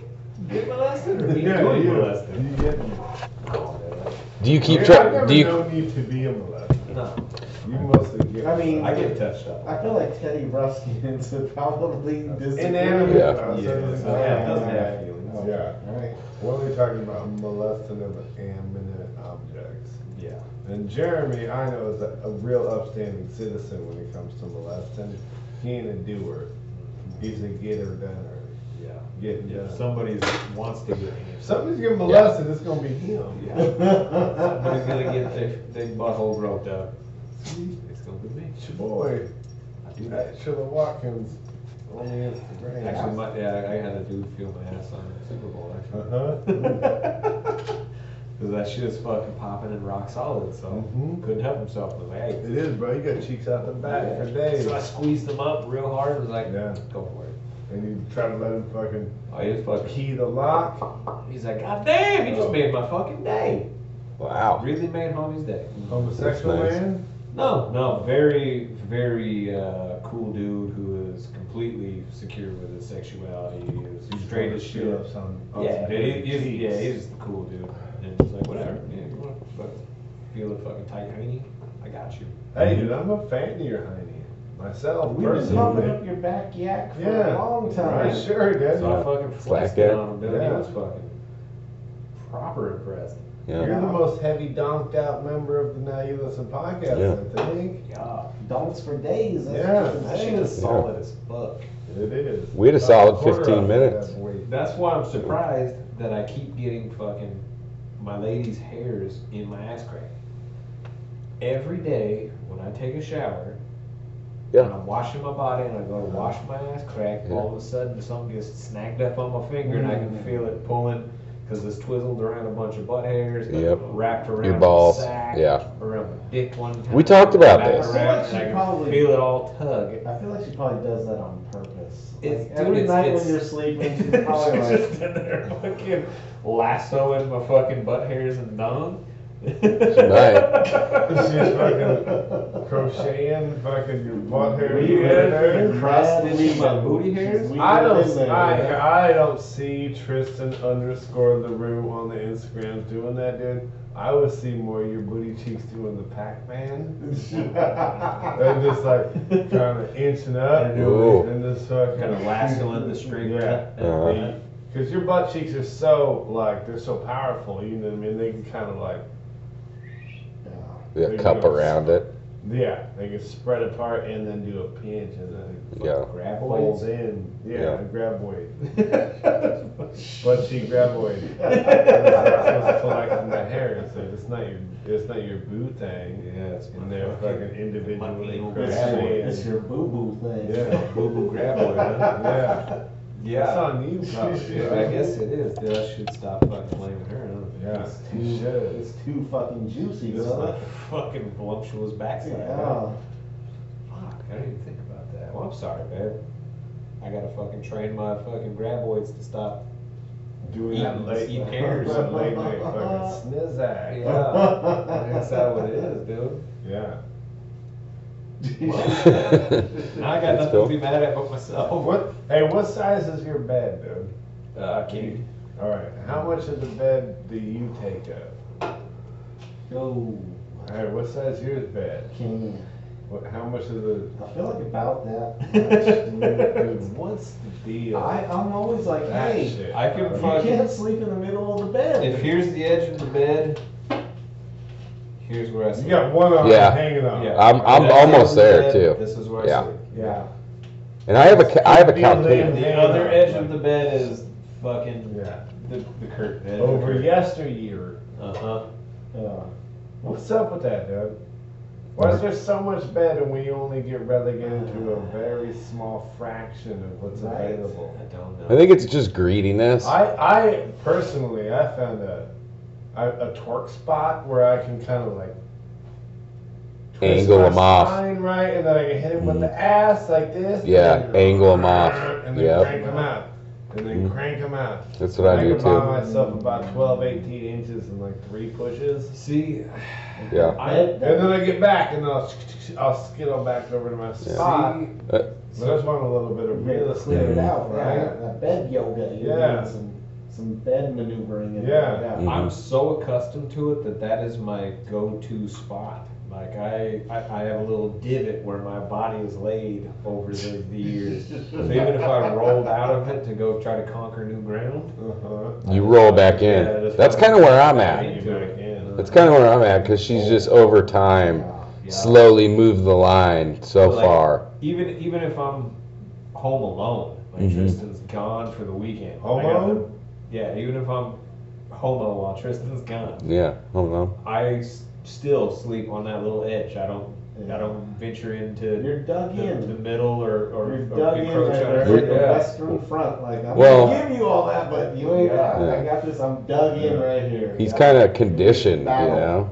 [SPEAKER 4] Get molested or me
[SPEAKER 2] Yeah,
[SPEAKER 4] doing
[SPEAKER 2] you.
[SPEAKER 4] molested?
[SPEAKER 2] You get-
[SPEAKER 1] Do you keep
[SPEAKER 2] I've
[SPEAKER 1] track
[SPEAKER 2] never
[SPEAKER 1] do you
[SPEAKER 2] known you to be a molester.
[SPEAKER 4] No,
[SPEAKER 2] You mostly get.
[SPEAKER 3] I mean,
[SPEAKER 4] I get touched up.
[SPEAKER 3] I feel like Teddy (laughs) Ruskin's would probably disagree.
[SPEAKER 2] Inanimate.
[SPEAKER 1] Yeah.
[SPEAKER 2] Uh, so it's-
[SPEAKER 4] Yeah, it doesn't have
[SPEAKER 3] Oh,
[SPEAKER 4] feelings.
[SPEAKER 2] Yeah.
[SPEAKER 3] Alright.
[SPEAKER 2] We're only talking about molesting of inanimate objects.
[SPEAKER 4] Yeah.
[SPEAKER 2] And Jeremy, I know, is a, a real upstanding citizen when it comes to molesting. He ain't a doer. He's a getter doner.
[SPEAKER 4] Yeah.
[SPEAKER 2] Getting
[SPEAKER 4] If
[SPEAKER 2] done.
[SPEAKER 4] somebody wants (laughs) to get
[SPEAKER 2] If somebody's getting molested, it's gonna be him.
[SPEAKER 4] yeah. somebody's gonna get their, their butthole roped up. It's gonna be me.
[SPEAKER 2] It's your boy,
[SPEAKER 4] I do that.
[SPEAKER 2] Angela Watkins. Only Instagram.
[SPEAKER 4] Actually, my, yeah, I had a dude feel my ass on the Super Bowl, actually. (laughs)
[SPEAKER 2] Uh-huh.
[SPEAKER 4] Because that shit is fucking popping and rock solid, so
[SPEAKER 2] Mhm.
[SPEAKER 4] couldn't help himself. Was like, hey.
[SPEAKER 2] It is, bro. You got cheeks out the back for days.
[SPEAKER 4] So I squeezed him up real hard and was like,
[SPEAKER 2] Yeah.
[SPEAKER 4] go for it.
[SPEAKER 2] And you try to let him fucking
[SPEAKER 4] Oh, he was fucking.
[SPEAKER 2] key the lock.
[SPEAKER 4] He's like, God damn, he just
[SPEAKER 2] Oh.
[SPEAKER 4] made my fucking day.
[SPEAKER 1] Wow.
[SPEAKER 4] Really made homie's day.
[SPEAKER 2] Homosexual
[SPEAKER 1] That's nice.
[SPEAKER 2] man.
[SPEAKER 4] No, no, very, very uh, cool dude who is completely secure with his sexuality. He was straight as shit.
[SPEAKER 2] Up some, on
[SPEAKER 4] Yeah,
[SPEAKER 2] some
[SPEAKER 4] but he,
[SPEAKER 2] dude's
[SPEAKER 4] he, yeah,
[SPEAKER 2] cheeks.
[SPEAKER 4] he's the cool dude. And it's like, whatever, yeah, you want to fucking feel a fucking tight hiney? I got you.
[SPEAKER 2] Hey, dude, I'm a fan of your hiney. Myself,
[SPEAKER 3] Oh, We've been pumping
[SPEAKER 2] personally.
[SPEAKER 3] up your back yak for
[SPEAKER 2] Yeah.
[SPEAKER 3] a long time.
[SPEAKER 2] Right, sure, dude.
[SPEAKER 4] So I fucking
[SPEAKER 1] Slack
[SPEAKER 4] flexed
[SPEAKER 1] it.
[SPEAKER 4] it on him, dude. He
[SPEAKER 2] Yeah.
[SPEAKER 4] was fucking proper impressed.
[SPEAKER 1] Yeah.
[SPEAKER 2] You're the most heavy donked out member of the Now You Listen podcast, I think.
[SPEAKER 4] Yeah.
[SPEAKER 3] Don'ts for days. That's
[SPEAKER 2] Yeah,
[SPEAKER 3] what
[SPEAKER 4] That
[SPEAKER 3] I'm
[SPEAKER 4] shit
[SPEAKER 3] saying.
[SPEAKER 4] is solid as fuck.
[SPEAKER 2] It is.
[SPEAKER 1] We had a solid
[SPEAKER 2] About quarter
[SPEAKER 1] 15
[SPEAKER 2] of
[SPEAKER 1] minutes.
[SPEAKER 2] that week.
[SPEAKER 4] That's why I'm surprised that I keep getting fucking my lady's hairs in my ass crack. Every day when I take a shower,
[SPEAKER 1] Yeah.
[SPEAKER 4] and I'm washing my body and I go to wash my ass crack,
[SPEAKER 1] Yeah.
[SPEAKER 4] all of a sudden something gets snagged up on my finger and I can
[SPEAKER 3] Mm.
[SPEAKER 4] feel it pulling because it's twizzled around a bunch of butt hairs,
[SPEAKER 1] Yep.
[SPEAKER 4] wrapped around
[SPEAKER 1] Your balls.
[SPEAKER 4] my sack,
[SPEAKER 1] Yeah.
[SPEAKER 4] around my dick one time.
[SPEAKER 1] We talked about
[SPEAKER 4] wrapped
[SPEAKER 1] this.
[SPEAKER 4] around
[SPEAKER 3] I feel like
[SPEAKER 4] and I
[SPEAKER 3] she
[SPEAKER 4] can
[SPEAKER 3] probably-
[SPEAKER 4] feel it all tug.
[SPEAKER 3] I feel like she probably does that on purpose.
[SPEAKER 4] It's-
[SPEAKER 3] like, every
[SPEAKER 4] dude, it's-
[SPEAKER 3] night
[SPEAKER 4] it's-
[SPEAKER 3] when you're sleeping,
[SPEAKER 4] (laughs)
[SPEAKER 3] she's probably
[SPEAKER 4] She's
[SPEAKER 3] like,
[SPEAKER 4] just in there fucking lassoing my fucking butt hairs and dung.
[SPEAKER 2] She's fucking
[SPEAKER 3] (laughs)
[SPEAKER 2] crocheting fucking your butt hair. in your hair.
[SPEAKER 4] in my booty hairs?
[SPEAKER 2] I don't, I, I don't see Tristan underscore LaRue on the Instagrams doing that, dude. I would see more of your booty cheeks doing the Pac-Man.
[SPEAKER 3] (laughs)
[SPEAKER 2] They're just like kind of inching up
[SPEAKER 1] Ooh.
[SPEAKER 2] and just fucking
[SPEAKER 4] Kind of lassoing the string.
[SPEAKER 2] Yeah.
[SPEAKER 1] Uh-huh.
[SPEAKER 2] Because your butt cheeks are so like they're so powerful, you know what I mean? They can kind of like
[SPEAKER 1] Yeah, cup around it.
[SPEAKER 2] yeah, they can spread apart and then do a pinch and then
[SPEAKER 1] Yeah.
[SPEAKER 2] (laughs)
[SPEAKER 4] Graboids.
[SPEAKER 2] fold in. Yeah,
[SPEAKER 1] Yeah.
[SPEAKER 2] graboid,
[SPEAKER 4] That's
[SPEAKER 2] butt cheek graboid. That's what's collecting the hair. It's like it's not your it's not your boo thing.
[SPEAKER 4] Yeah, it's
[SPEAKER 2] When they're fucking individually
[SPEAKER 4] anal
[SPEAKER 3] it's
[SPEAKER 2] crocheting.
[SPEAKER 3] your boo boo thing.
[SPEAKER 2] Yeah.
[SPEAKER 4] boo boo graboid, huh?
[SPEAKER 2] Yeah, it's on (laughs) you, probably.
[SPEAKER 4] Yeah, I guess it is. Dude, I should stop fucking blaming her. Huh?
[SPEAKER 2] Yeah, you
[SPEAKER 3] Too-
[SPEAKER 2] should.
[SPEAKER 3] It's too fucking juicy,
[SPEAKER 4] This is
[SPEAKER 3] brother.
[SPEAKER 4] my (laughs) fucking voluptuous backside. huh?
[SPEAKER 3] Yeah.
[SPEAKER 4] Fuck, I didn't even think about that. Well, I'm sorry, man. I gotta fucking train my fucking graboids to
[SPEAKER 2] (laughs)
[SPEAKER 4] stop.
[SPEAKER 2] Doing
[SPEAKER 4] Eating-
[SPEAKER 2] that late,
[SPEAKER 4] eating hairs.
[SPEAKER 2] that late night fucking snizzack.
[SPEAKER 4] Yeah, that's not what it is, dude.
[SPEAKER 2] Yeah.
[SPEAKER 4] (laughs) Now I got
[SPEAKER 1] That's
[SPEAKER 4] nothing
[SPEAKER 1] cool.
[SPEAKER 4] to be mad at but myself.
[SPEAKER 2] What? Hey, what size is your bed, dude?
[SPEAKER 4] Uh, Katie.
[SPEAKER 2] All right. How much of the bed do you take up?
[SPEAKER 3] Go.
[SPEAKER 2] All right. What size is your bed?
[SPEAKER 3] King.
[SPEAKER 2] What, how much of the? (laughs)
[SPEAKER 3] I feel like about that.
[SPEAKER 4] (laughs)
[SPEAKER 2] Dude, what's the deal?
[SPEAKER 3] I, I'm always like,
[SPEAKER 2] That
[SPEAKER 3] hey,
[SPEAKER 2] shit,
[SPEAKER 4] I can
[SPEAKER 2] bro.
[SPEAKER 3] you
[SPEAKER 4] Fuck.
[SPEAKER 3] can't sleep in the middle of the bed.
[SPEAKER 4] If here's the edge of the bed, here's where I sleep.
[SPEAKER 2] You got one arm
[SPEAKER 1] Yeah.
[SPEAKER 2] hanging on.
[SPEAKER 4] Yeah.
[SPEAKER 1] I'm- I'm
[SPEAKER 4] That's the edge
[SPEAKER 1] almost
[SPEAKER 4] of the
[SPEAKER 1] there,
[SPEAKER 4] bed,
[SPEAKER 1] too.
[SPEAKER 4] This is where
[SPEAKER 1] Yeah.
[SPEAKER 4] I sleep.
[SPEAKER 2] Yeah.
[SPEAKER 1] And I have a ca- I have a
[SPEAKER 2] Be
[SPEAKER 1] couch.
[SPEAKER 2] lame.
[SPEAKER 1] too.
[SPEAKER 4] The other edge of the bed is fucking
[SPEAKER 2] Yeah.
[SPEAKER 4] the, the curtain. edge.
[SPEAKER 2] Over yesteryear.
[SPEAKER 4] Uh huh.
[SPEAKER 3] Yeah.
[SPEAKER 2] What's up with that, dude? Why is there so much bed and we only get relegated to a very small fraction of what's
[SPEAKER 3] Right.
[SPEAKER 2] available?
[SPEAKER 4] I don't know.
[SPEAKER 1] I think it's just greediness.
[SPEAKER 2] I, I personally, I found a, a, a torque spot where I can kind of like twist
[SPEAKER 1] Angle
[SPEAKER 2] my
[SPEAKER 1] 'em off. Mm-hmm.
[SPEAKER 2] spine right, and then I can hit him with the ass like this. and
[SPEAKER 1] Yeah,
[SPEAKER 2] then-
[SPEAKER 1] angle 'em off.
[SPEAKER 2] And then
[SPEAKER 1] Yep.
[SPEAKER 2] crank 'em out, and then
[SPEAKER 1] Mhm.
[SPEAKER 2] crank 'em out.
[SPEAKER 1] That's what I
[SPEAKER 2] I
[SPEAKER 1] do
[SPEAKER 2] can buy
[SPEAKER 1] too.
[SPEAKER 2] myself about 12, 18 inches in like three pushes,
[SPEAKER 4] See,
[SPEAKER 1] Yeah.
[SPEAKER 4] I
[SPEAKER 2] and then I get back and I'll I'll skittle back over to my spot.
[SPEAKER 4] see.
[SPEAKER 2] But I just want a little bit of real
[SPEAKER 3] Clear
[SPEAKER 2] estate,
[SPEAKER 3] it out, right?
[SPEAKER 2] right?
[SPEAKER 3] That bed yoga. You're
[SPEAKER 2] Yeah.
[SPEAKER 3] doing some, some bed maneuvering. And
[SPEAKER 2] Yeah.
[SPEAKER 1] Mhm.
[SPEAKER 4] I'm so accustomed to it that that is my go-to spot. Like I, I, I have a little divot where my body is laid over the, the years. So even if I rolled out of it to go try to conquer new ground,
[SPEAKER 2] Uh-huh.
[SPEAKER 1] You roll back
[SPEAKER 4] Yeah,
[SPEAKER 1] in.
[SPEAKER 4] that's
[SPEAKER 1] That's
[SPEAKER 4] right.
[SPEAKER 1] kind of where I'm
[SPEAKER 2] I
[SPEAKER 1] at.
[SPEAKER 2] get back in.
[SPEAKER 1] That's kind of where I'm at because she's just over time
[SPEAKER 4] yeah.
[SPEAKER 1] slowly moved the line so
[SPEAKER 4] Like-
[SPEAKER 1] far.
[SPEAKER 4] even even if I'm home alone, like
[SPEAKER 1] Mhm.
[SPEAKER 4] Tristan's gone for the weekend. I got
[SPEAKER 2] Alone?
[SPEAKER 4] the- Yeah, even if I'm home alone while Tristan's gone,
[SPEAKER 1] Yeah. I don't know.
[SPEAKER 4] I s- still sleep on that little edge. I don't I don't venture into
[SPEAKER 3] You're dug
[SPEAKER 4] the, the
[SPEAKER 3] in.
[SPEAKER 4] middle or or,
[SPEAKER 3] You're
[SPEAKER 4] or
[SPEAKER 3] dug in
[SPEAKER 4] encroach
[SPEAKER 3] right
[SPEAKER 4] on
[SPEAKER 3] there,
[SPEAKER 1] Yeah.
[SPEAKER 3] like the Western Front. Like I'm
[SPEAKER 1] Well-
[SPEAKER 3] gonna give you all that, but you ain't. I, I got this. I'm dug in right here.
[SPEAKER 1] He's
[SPEAKER 3] Yeah.
[SPEAKER 1] kind of conditioned, you
[SPEAKER 3] Battle.
[SPEAKER 1] know.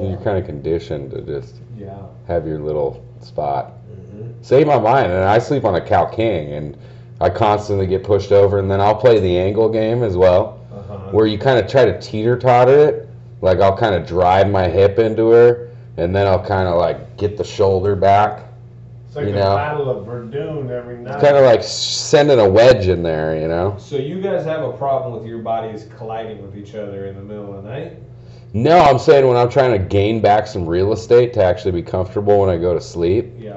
[SPEAKER 1] You're
[SPEAKER 3] Yeah.
[SPEAKER 1] kind of conditioned to just
[SPEAKER 4] Yeah.
[SPEAKER 1] have your little spot.
[SPEAKER 4] Mm-hmm.
[SPEAKER 1] Save my mind, and I sleep on a cow king, and I constantly get pushed over, and then I'll play the angle game as well,
[SPEAKER 4] Uh-huh.
[SPEAKER 1] where you kind of try to teeter totter it. Like I'll kind of drive my hip into her, and then I'll kind of like get the shoulder back.
[SPEAKER 2] It's like
[SPEAKER 1] You
[SPEAKER 2] the
[SPEAKER 1] know.
[SPEAKER 2] Battle of Verdun every night.
[SPEAKER 1] It's kind of like sending a wedge in there, you know.
[SPEAKER 4] So you guys have a problem with your bodies colliding with each other in the middle of the night?
[SPEAKER 1] No, I'm saying when I'm trying to gain back some real estate to actually be comfortable when I go to sleep.
[SPEAKER 4] Yeah.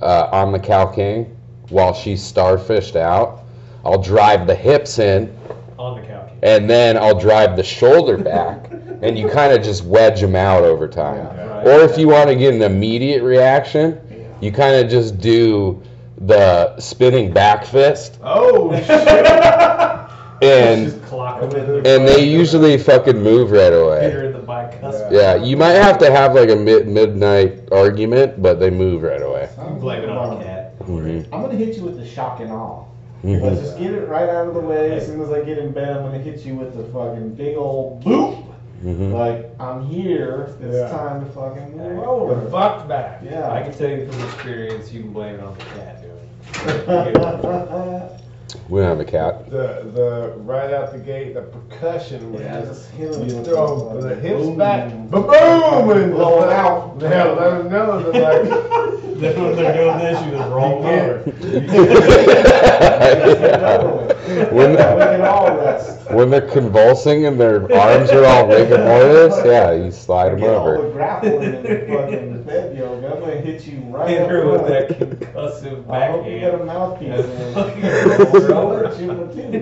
[SPEAKER 1] uh, on the cow king while she's starfished out. I'll drive the hips in
[SPEAKER 4] On the cow. king.
[SPEAKER 1] and then I'll drive the shoulder
[SPEAKER 4] (laughs)
[SPEAKER 1] back, and you kind of just wedge them out over time.
[SPEAKER 4] Right.
[SPEAKER 1] Or if you want to get an immediate reaction, you kind of just do the spinning back fist,
[SPEAKER 4] (laughs)
[SPEAKER 2] oh
[SPEAKER 1] and
[SPEAKER 4] just (laughs) clock them in the
[SPEAKER 1] and they usually fucking move right away.
[SPEAKER 4] here in the bicuspid.
[SPEAKER 1] Yeah, you might have to have like a mid- midnight argument, but they move right away.
[SPEAKER 4] You blame it on the cat.
[SPEAKER 1] Mhm.
[SPEAKER 3] I'm gonna hit you with the shock and awe. Let's
[SPEAKER 1] Mhm.
[SPEAKER 3] just get it right out of the way. As soon as I get in bed, I'm gonna hit you with the fucking big old boop.
[SPEAKER 1] Mhm.
[SPEAKER 3] Like I'm here. It's
[SPEAKER 2] Yeah.
[SPEAKER 3] time to fucking move
[SPEAKER 4] Hey.
[SPEAKER 2] Oh, the
[SPEAKER 3] over.
[SPEAKER 2] fuck back.
[SPEAKER 4] I
[SPEAKER 3] Yeah.
[SPEAKER 4] can tell you from experience, you can blame it on the cat, dude.
[SPEAKER 3] (laughs)
[SPEAKER 1] We don't have a cat.
[SPEAKER 2] The the right out the gate, the percussion was
[SPEAKER 3] Yeah,
[SPEAKER 2] just
[SPEAKER 3] just hit him
[SPEAKER 2] You
[SPEAKER 3] with
[SPEAKER 2] throw
[SPEAKER 3] fucking
[SPEAKER 2] the hips
[SPEAKER 3] boom.
[SPEAKER 2] back, ba boom, and
[SPEAKER 3] Blow
[SPEAKER 2] blow
[SPEAKER 3] it
[SPEAKER 2] it (laughs)
[SPEAKER 3] out.
[SPEAKER 2] Yeah, let them know that like
[SPEAKER 4] That's what they're doing this, you just roll
[SPEAKER 2] Yeah.
[SPEAKER 4] over. (laughs)
[SPEAKER 1] Yeah. When
[SPEAKER 3] When
[SPEAKER 1] the-
[SPEAKER 3] we can all rest.
[SPEAKER 1] When they're convulsing and their arms are all rigor mortis, yeah, you slide (laughs) them
[SPEAKER 3] Get all
[SPEAKER 1] over.
[SPEAKER 3] the grappling and the
[SPEAKER 2] (laughs)
[SPEAKER 3] fucking bed yoga. I'm gonna hit you right
[SPEAKER 4] Hit
[SPEAKER 3] up
[SPEAKER 4] her with
[SPEAKER 3] front.
[SPEAKER 4] that concussive
[SPEAKER 3] I hope you got
[SPEAKER 4] backhand.
[SPEAKER 3] a mouthpiece.
[SPEAKER 4] Yeah. (laughs)
[SPEAKER 3] in.
[SPEAKER 4] Fucking
[SPEAKER 3] I'll
[SPEAKER 4] over.
[SPEAKER 3] hit you with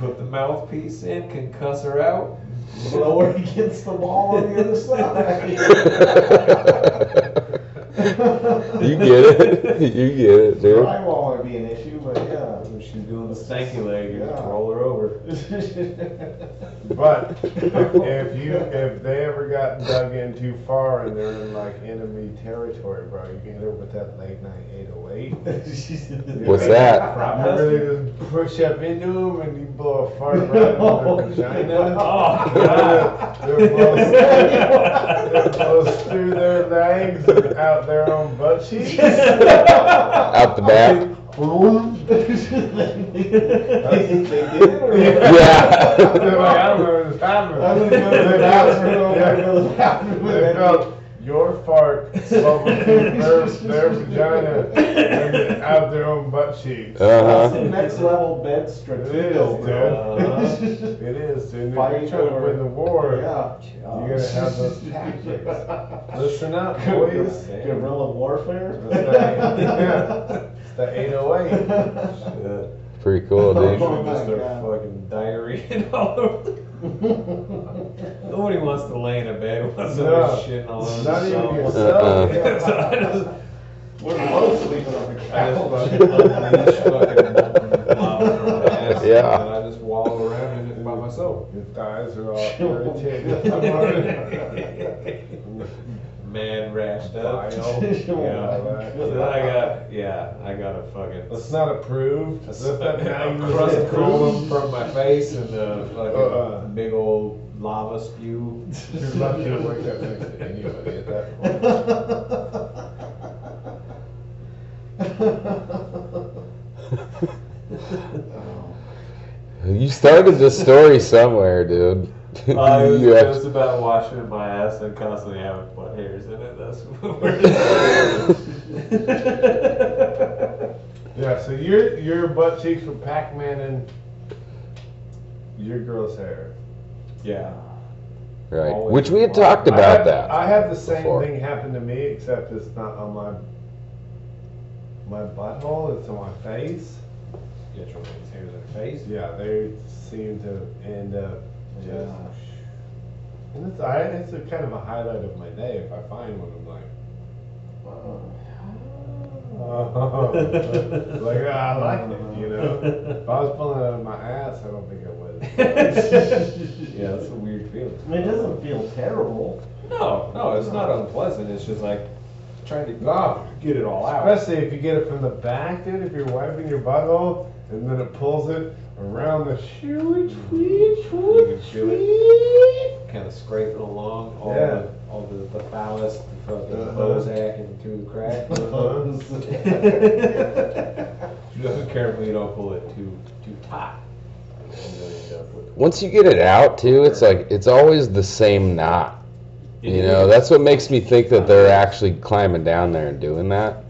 [SPEAKER 4] (laughs) Put the mouthpiece in, concuss her out.
[SPEAKER 3] Blow her against the wall on
[SPEAKER 2] (laughs)
[SPEAKER 3] the
[SPEAKER 1] (laughs)
[SPEAKER 3] other side.
[SPEAKER 1] you get it. (laughs) You get it, dude.
[SPEAKER 3] Drywall would be an issue, but (laughs) yeah.
[SPEAKER 4] She's doing the stanky leg, you just roll her over.
[SPEAKER 2] But if you if they ever got dug in too far and they're in like enemy territory, bro, you can hit it with that late night 808.
[SPEAKER 1] What's that?
[SPEAKER 2] You really just push up into them and you blow a fart right
[SPEAKER 3] (laughs)
[SPEAKER 2] in their
[SPEAKER 1] (laughs)
[SPEAKER 2] vagina.
[SPEAKER 1] Uh-huh.
[SPEAKER 4] Oh, God.
[SPEAKER 2] It blows,
[SPEAKER 3] (laughs)
[SPEAKER 2] it blows through their legs and out their own butt cheeks.
[SPEAKER 1] Out the back?
[SPEAKER 3] They did it or what?
[SPEAKER 1] Yeah.
[SPEAKER 2] They're like, I don't know what is
[SPEAKER 3] I'm
[SPEAKER 2] happening.
[SPEAKER 3] gonna go to the bathroom. I'm gonna go to the bathroom.
[SPEAKER 2] They felt your fart over their, their vagina and out their own butt
[SPEAKER 3] That's
[SPEAKER 2] cheeks.
[SPEAKER 3] the
[SPEAKER 1] Uh huh.
[SPEAKER 3] next level bed
[SPEAKER 2] It
[SPEAKER 3] strip.
[SPEAKER 2] is, dude.
[SPEAKER 3] (laughs)
[SPEAKER 4] Uh-huh.
[SPEAKER 2] It is, dude. If
[SPEAKER 3] Fighting
[SPEAKER 2] you're trying to
[SPEAKER 3] over-
[SPEAKER 2] win the war,
[SPEAKER 3] Yeah.
[SPEAKER 2] you gotta have those tactics.
[SPEAKER 3] (laughs)
[SPEAKER 2] Listen up, boys.
[SPEAKER 3] Guerrilla warfare.
[SPEAKER 2] That's right.
[SPEAKER 3] (laughs)
[SPEAKER 2] Yeah. It's the 808.
[SPEAKER 1] Pretty cool,
[SPEAKER 4] They
[SPEAKER 1] dude.
[SPEAKER 4] should just start fucking diarrhea (laughs) all over. Nobody wants to lay in a bed with
[SPEAKER 2] No.
[SPEAKER 4] somebody shitting all over
[SPEAKER 2] Not even
[SPEAKER 4] themselves.
[SPEAKER 2] yourself.
[SPEAKER 1] Uh-uh.
[SPEAKER 4] (laughs) So I just-
[SPEAKER 3] We're both sleeping on the
[SPEAKER 4] I just
[SPEAKER 3] couch.
[SPEAKER 4] fucking unleash fucking lava from my
[SPEAKER 3] (laughs)
[SPEAKER 4] ass,
[SPEAKER 1] Yeah.
[SPEAKER 4] And I just wallow around in it by myself. (laughs)
[SPEAKER 2] Your thighs are all irritated. I'm already-
[SPEAKER 4] Man rashed up. (laughs)
[SPEAKER 2] Vile.
[SPEAKER 4] Yeah.
[SPEAKER 2] Oh,
[SPEAKER 4] So I got, yeah, I got a fucking.
[SPEAKER 2] That's not approved. That's
[SPEAKER 4] (laughs)
[SPEAKER 2] not
[SPEAKER 4] a
[SPEAKER 2] now
[SPEAKER 4] crust
[SPEAKER 2] approved.
[SPEAKER 4] crawling from my face and a
[SPEAKER 2] Uh-uh.
[SPEAKER 4] fucking big old lava spew.
[SPEAKER 2] You're lucky to work that next to anybody at that point.
[SPEAKER 1] You started this story somewhere, dude.
[SPEAKER 4] (laughs)
[SPEAKER 1] (laughs)
[SPEAKER 4] I was
[SPEAKER 1] You
[SPEAKER 4] just
[SPEAKER 1] have-
[SPEAKER 4] about washing my ass and constantly having butt hairs in it. That's (laughs) what we're doing.
[SPEAKER 2] Yeah, so your your butt cheeks were Pac-Man and your girl's hair.
[SPEAKER 4] yeah.
[SPEAKER 1] Right. Which we had talked
[SPEAKER 2] I had,
[SPEAKER 1] about that.
[SPEAKER 2] I had the same
[SPEAKER 1] before.
[SPEAKER 2] thing happen to me, except it's not on my my butthole. It's on my face.
[SPEAKER 4] Get your man's hairs in the face.
[SPEAKER 2] Yeah, they seem to end up just.
[SPEAKER 3] Yeah.
[SPEAKER 2] And it's I, it's a kind of a highlight of my day if I find one. I'm
[SPEAKER 4] (laughs)
[SPEAKER 2] like, oh, like ah, I like it, you know. If I was pulling it out of my ass, I don't think I would.
[SPEAKER 4] (laughs) yeah, that's a weird feeling.
[SPEAKER 3] I mean, it doesn't feel terrible.
[SPEAKER 4] No, no, it's not unpleasant. It's just like trying to ah,
[SPEAKER 2] No.
[SPEAKER 4] get it all out.
[SPEAKER 2] Especially if you get it from the back, dude. If you're wiping your butthole and then it pulls it around the shoe,
[SPEAKER 4] You
[SPEAKER 2] tweet, tweet,
[SPEAKER 4] can feel
[SPEAKER 2] tweet.
[SPEAKER 4] kind of scraping along all
[SPEAKER 2] Yeah.
[SPEAKER 4] the all the, the phallus, the fucking
[SPEAKER 2] Uh-huh.
[SPEAKER 4] Bozak, and through the crack.
[SPEAKER 2] (laughs)
[SPEAKER 4] you have to be careful you don't pull it too too tight. You know, you end up with-
[SPEAKER 1] Once you get it out too, it's like it's always the same knot. You know, that's what makes me think that they're actually climbing down there and doing that.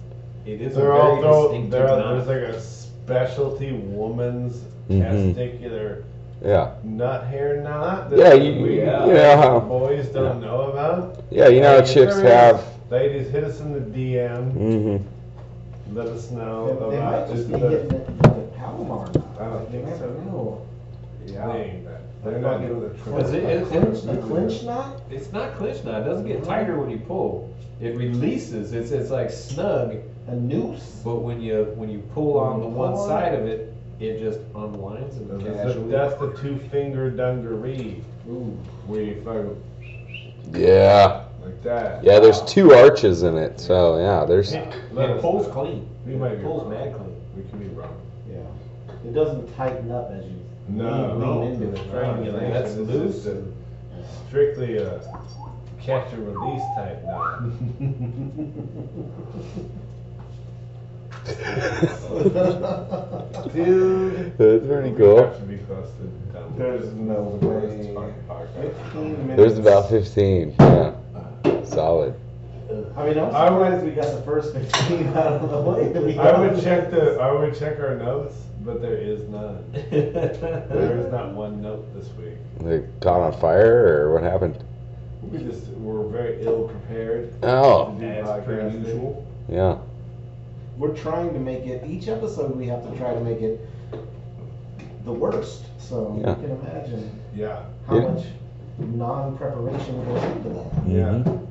[SPEAKER 4] it is a
[SPEAKER 2] They're all
[SPEAKER 4] very
[SPEAKER 2] throw,
[SPEAKER 4] distinctive
[SPEAKER 2] they're all,
[SPEAKER 4] knot.
[SPEAKER 2] there's like a specialty woman's
[SPEAKER 1] Mhm.
[SPEAKER 2] testicular
[SPEAKER 1] Mm-hmm. Yeah,
[SPEAKER 2] nut hair knot.
[SPEAKER 1] Yeah, Uh-huh. you-
[SPEAKER 2] we,
[SPEAKER 1] you
[SPEAKER 2] uh,
[SPEAKER 1] know how-
[SPEAKER 2] boys don't know about.
[SPEAKER 1] yeah. You know,
[SPEAKER 2] Hey,
[SPEAKER 1] how chicks
[SPEAKER 2] curious,
[SPEAKER 1] have.
[SPEAKER 2] Ladies, hit us in the DM.
[SPEAKER 1] hmm
[SPEAKER 2] Let us know
[SPEAKER 3] They they might just
[SPEAKER 2] about Oh, just
[SPEAKER 3] be
[SPEAKER 2] the Oh,
[SPEAKER 3] getting it from the Palomar.
[SPEAKER 2] I don't
[SPEAKER 3] You
[SPEAKER 2] think
[SPEAKER 3] never
[SPEAKER 2] so.
[SPEAKER 3] know.
[SPEAKER 2] thing. They're not doing the
[SPEAKER 4] Well, is it-
[SPEAKER 3] A
[SPEAKER 4] it-
[SPEAKER 3] clinch, a clinch knot?
[SPEAKER 4] It's not clinch knot. It doesn't get tighter when you pull. It releases. It's it's like snug,
[SPEAKER 3] A noose?
[SPEAKER 4] but when you when you pull on the one
[SPEAKER 3] Pull on.
[SPEAKER 4] side of it, it just unwinds and
[SPEAKER 2] That's the,
[SPEAKER 4] casually.
[SPEAKER 2] that's the two finger dungaree
[SPEAKER 3] Ooh.
[SPEAKER 2] where you fucking
[SPEAKER 1] Yeah,
[SPEAKER 2] like that.
[SPEAKER 1] yeah. There's two arches in it, so yeah. There's
[SPEAKER 2] Hey, let
[SPEAKER 4] And it
[SPEAKER 2] us
[SPEAKER 4] pulls
[SPEAKER 2] know.
[SPEAKER 4] clean.
[SPEAKER 2] We might
[SPEAKER 4] It
[SPEAKER 2] be
[SPEAKER 4] pulls
[SPEAKER 2] wrong.
[SPEAKER 4] mad
[SPEAKER 2] (laughs)
[SPEAKER 4] clean.
[SPEAKER 2] We could be wrong.
[SPEAKER 3] Yeah. It doesn't tighten up as you
[SPEAKER 2] No,
[SPEAKER 3] lean,
[SPEAKER 2] no,
[SPEAKER 3] lean into it.
[SPEAKER 2] strangulation.
[SPEAKER 4] That's
[SPEAKER 2] is
[SPEAKER 4] loose.
[SPEAKER 2] just a- Strictly a catch and release type knot.
[SPEAKER 1] (laughs)
[SPEAKER 3] (laughs)
[SPEAKER 2] Dude.
[SPEAKER 1] that's pretty
[SPEAKER 2] We
[SPEAKER 1] cool.
[SPEAKER 2] Have to be close to done.
[SPEAKER 3] There's no
[SPEAKER 2] It's the worst
[SPEAKER 3] way.
[SPEAKER 2] fucking podcast.
[SPEAKER 3] 15 minutes.
[SPEAKER 1] There's about 15. Yeah, solid.
[SPEAKER 3] I mean, I'm
[SPEAKER 2] I would-
[SPEAKER 3] surprised we got the first 15 (laughs) out of the way. to be
[SPEAKER 2] I would
[SPEAKER 3] honest.
[SPEAKER 2] check the I would check our notes, but there is none. There is not one note this week.
[SPEAKER 1] They caught on fire, or what happened?
[SPEAKER 2] We just were very ill prepared.
[SPEAKER 1] Oh,
[SPEAKER 4] As per
[SPEAKER 2] Podcasting.
[SPEAKER 4] usual.
[SPEAKER 1] yeah.
[SPEAKER 3] We're trying to make it, each episode we have to try to make it the worst. So
[SPEAKER 1] Yeah.
[SPEAKER 3] you can imagine
[SPEAKER 2] Yeah,
[SPEAKER 3] how
[SPEAKER 1] Yeah.
[SPEAKER 3] much non preparation goes into that.
[SPEAKER 2] yeah.
[SPEAKER 3] You know?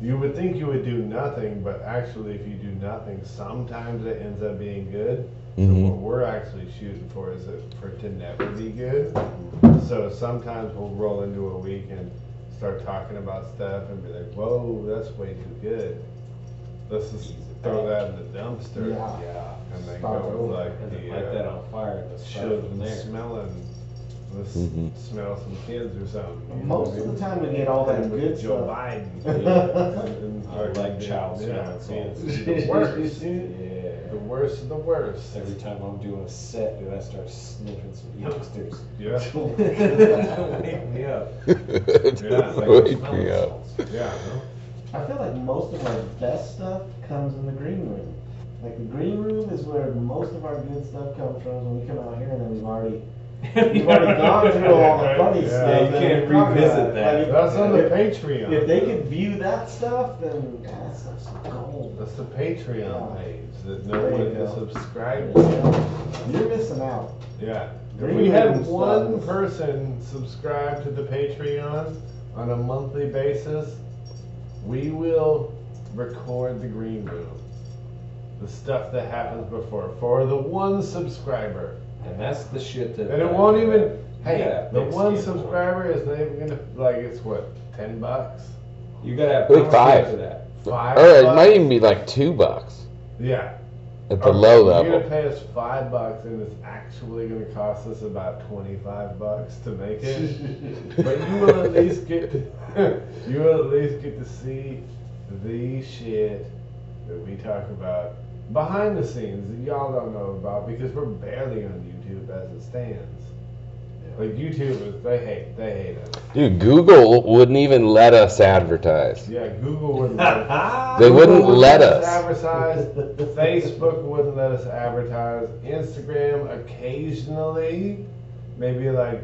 [SPEAKER 2] You would think you would do nothing, but actually, if you do nothing, sometimes it ends up being good. So
[SPEAKER 1] Mhm.
[SPEAKER 2] (laughs)
[SPEAKER 4] Mm-hmm.
[SPEAKER 2] what we're actually shooting for is it, for it to never be good.
[SPEAKER 4] Mm-hmm.
[SPEAKER 2] So sometimes we'll roll into a week and start talking about stuff and be like, "Whoa, that's way too good. Let's just throw that in the dumpster."
[SPEAKER 3] Yeah.
[SPEAKER 2] And then
[SPEAKER 3] Start
[SPEAKER 2] go
[SPEAKER 3] over.
[SPEAKER 2] with like
[SPEAKER 4] And
[SPEAKER 2] the
[SPEAKER 4] then light that on fire and
[SPEAKER 2] uh,
[SPEAKER 4] let's start from
[SPEAKER 2] should
[SPEAKER 4] there. Mm-hmm.
[SPEAKER 2] smelling. Let's
[SPEAKER 1] Mhm.
[SPEAKER 2] smell some kids or something. you know what
[SPEAKER 3] Most
[SPEAKER 2] I mean?
[SPEAKER 3] of the time we get all that good
[SPEAKER 2] Joe
[SPEAKER 3] stuff.
[SPEAKER 2] Biden.
[SPEAKER 4] (laughs)
[SPEAKER 3] Yeah.
[SPEAKER 2] And
[SPEAKER 4] I like child
[SPEAKER 2] yeah,
[SPEAKER 4] sounds.
[SPEAKER 2] it's The (laughs) worst.
[SPEAKER 4] Yeah. (laughs)
[SPEAKER 2] The worst of the worst.
[SPEAKER 4] Every time I'm doing a set, dude, I start sniffing
[SPEAKER 2] (laughs)
[SPEAKER 4] some E youngsters.
[SPEAKER 2] Yeah,
[SPEAKER 4] (laughs) Wake me
[SPEAKER 1] (laughs)
[SPEAKER 4] up.
[SPEAKER 1] Wake me
[SPEAKER 4] (laughs)
[SPEAKER 1] up.
[SPEAKER 2] yeah. no?
[SPEAKER 3] I feel like most of our best stuff comes in the green room. Like the green room is where most of our good stuff comes from. When we come out here and then we've already we've already gone through all the funny
[SPEAKER 2] Yeah,
[SPEAKER 3] stuff.
[SPEAKER 2] you
[SPEAKER 3] that
[SPEAKER 4] can't
[SPEAKER 3] we've talked
[SPEAKER 4] revisit
[SPEAKER 3] about.
[SPEAKER 4] that.
[SPEAKER 3] Like, if-
[SPEAKER 2] That's on the
[SPEAKER 3] if-
[SPEAKER 2] Patreon.
[SPEAKER 3] If they could view that stuff, then yeah, that stuff's gold.
[SPEAKER 2] That's the Patreon
[SPEAKER 3] Yeah.
[SPEAKER 2] page that no
[SPEAKER 3] There you
[SPEAKER 2] one
[SPEAKER 3] go.
[SPEAKER 2] is subscribed to.
[SPEAKER 3] You're missing out.
[SPEAKER 2] Yeah. If
[SPEAKER 3] Green
[SPEAKER 2] we had
[SPEAKER 3] room
[SPEAKER 2] one
[SPEAKER 3] stuff.
[SPEAKER 2] person subscribe to the Patreon on a monthly basis, we will record the green room. The stuff that happens before for the one subscriber.
[SPEAKER 4] And that's the shit that.
[SPEAKER 2] And it won't even. Hey,
[SPEAKER 4] Yeah,
[SPEAKER 2] the
[SPEAKER 4] big
[SPEAKER 2] one
[SPEAKER 4] skin.
[SPEAKER 2] subscriber is not even gonna like it's what ten bucks,
[SPEAKER 4] You gotta have.
[SPEAKER 1] Like five.
[SPEAKER 4] For
[SPEAKER 2] (laughs)
[SPEAKER 4] that.
[SPEAKER 2] five.
[SPEAKER 1] Or it
[SPEAKER 2] bucks?
[SPEAKER 1] might even be like two bucks
[SPEAKER 2] Yeah.
[SPEAKER 1] at the low
[SPEAKER 2] You're
[SPEAKER 1] level.
[SPEAKER 2] gonna pay us five bucks, and it's actually gonna cost us about twenty-five bucks to make
[SPEAKER 1] (laughs)
[SPEAKER 2] it. but you will at least get. To, (laughs) you will at least get to see the shit that we talk about behind the scenes that y'all don't know about because we're barely on YouTube as it stands. Like YouTubers, they hate. They hate us.
[SPEAKER 1] Dude, Google wouldn't even let us advertise.
[SPEAKER 2] Yeah, Google wouldn't let us.
[SPEAKER 1] They wouldn't
[SPEAKER 2] Google
[SPEAKER 1] let us.
[SPEAKER 2] advertise. Facebook wouldn't let us advertise. Instagram occasionally, maybe like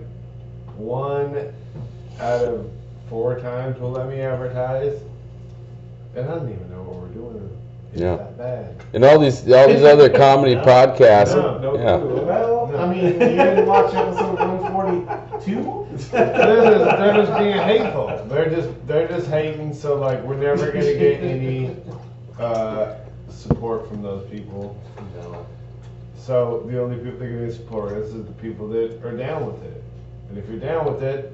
[SPEAKER 2] one out of four times will let me advertise. And I don't even know what we're doing. It's
[SPEAKER 1] Yeah.
[SPEAKER 2] that bad.
[SPEAKER 1] And all these all these other
[SPEAKER 3] (laughs)
[SPEAKER 1] comedy podcasts.
[SPEAKER 2] No, no
[SPEAKER 1] yeah.
[SPEAKER 4] clue.
[SPEAKER 3] Well, I mean, you didn't watch episode 142?
[SPEAKER 2] They're just, they're just being hateful. They're just they're just hating. So like we're never gonna get any uh, support from those people.
[SPEAKER 4] No.
[SPEAKER 2] So the only people that can support us is the people that are down with it. And if you're down with it,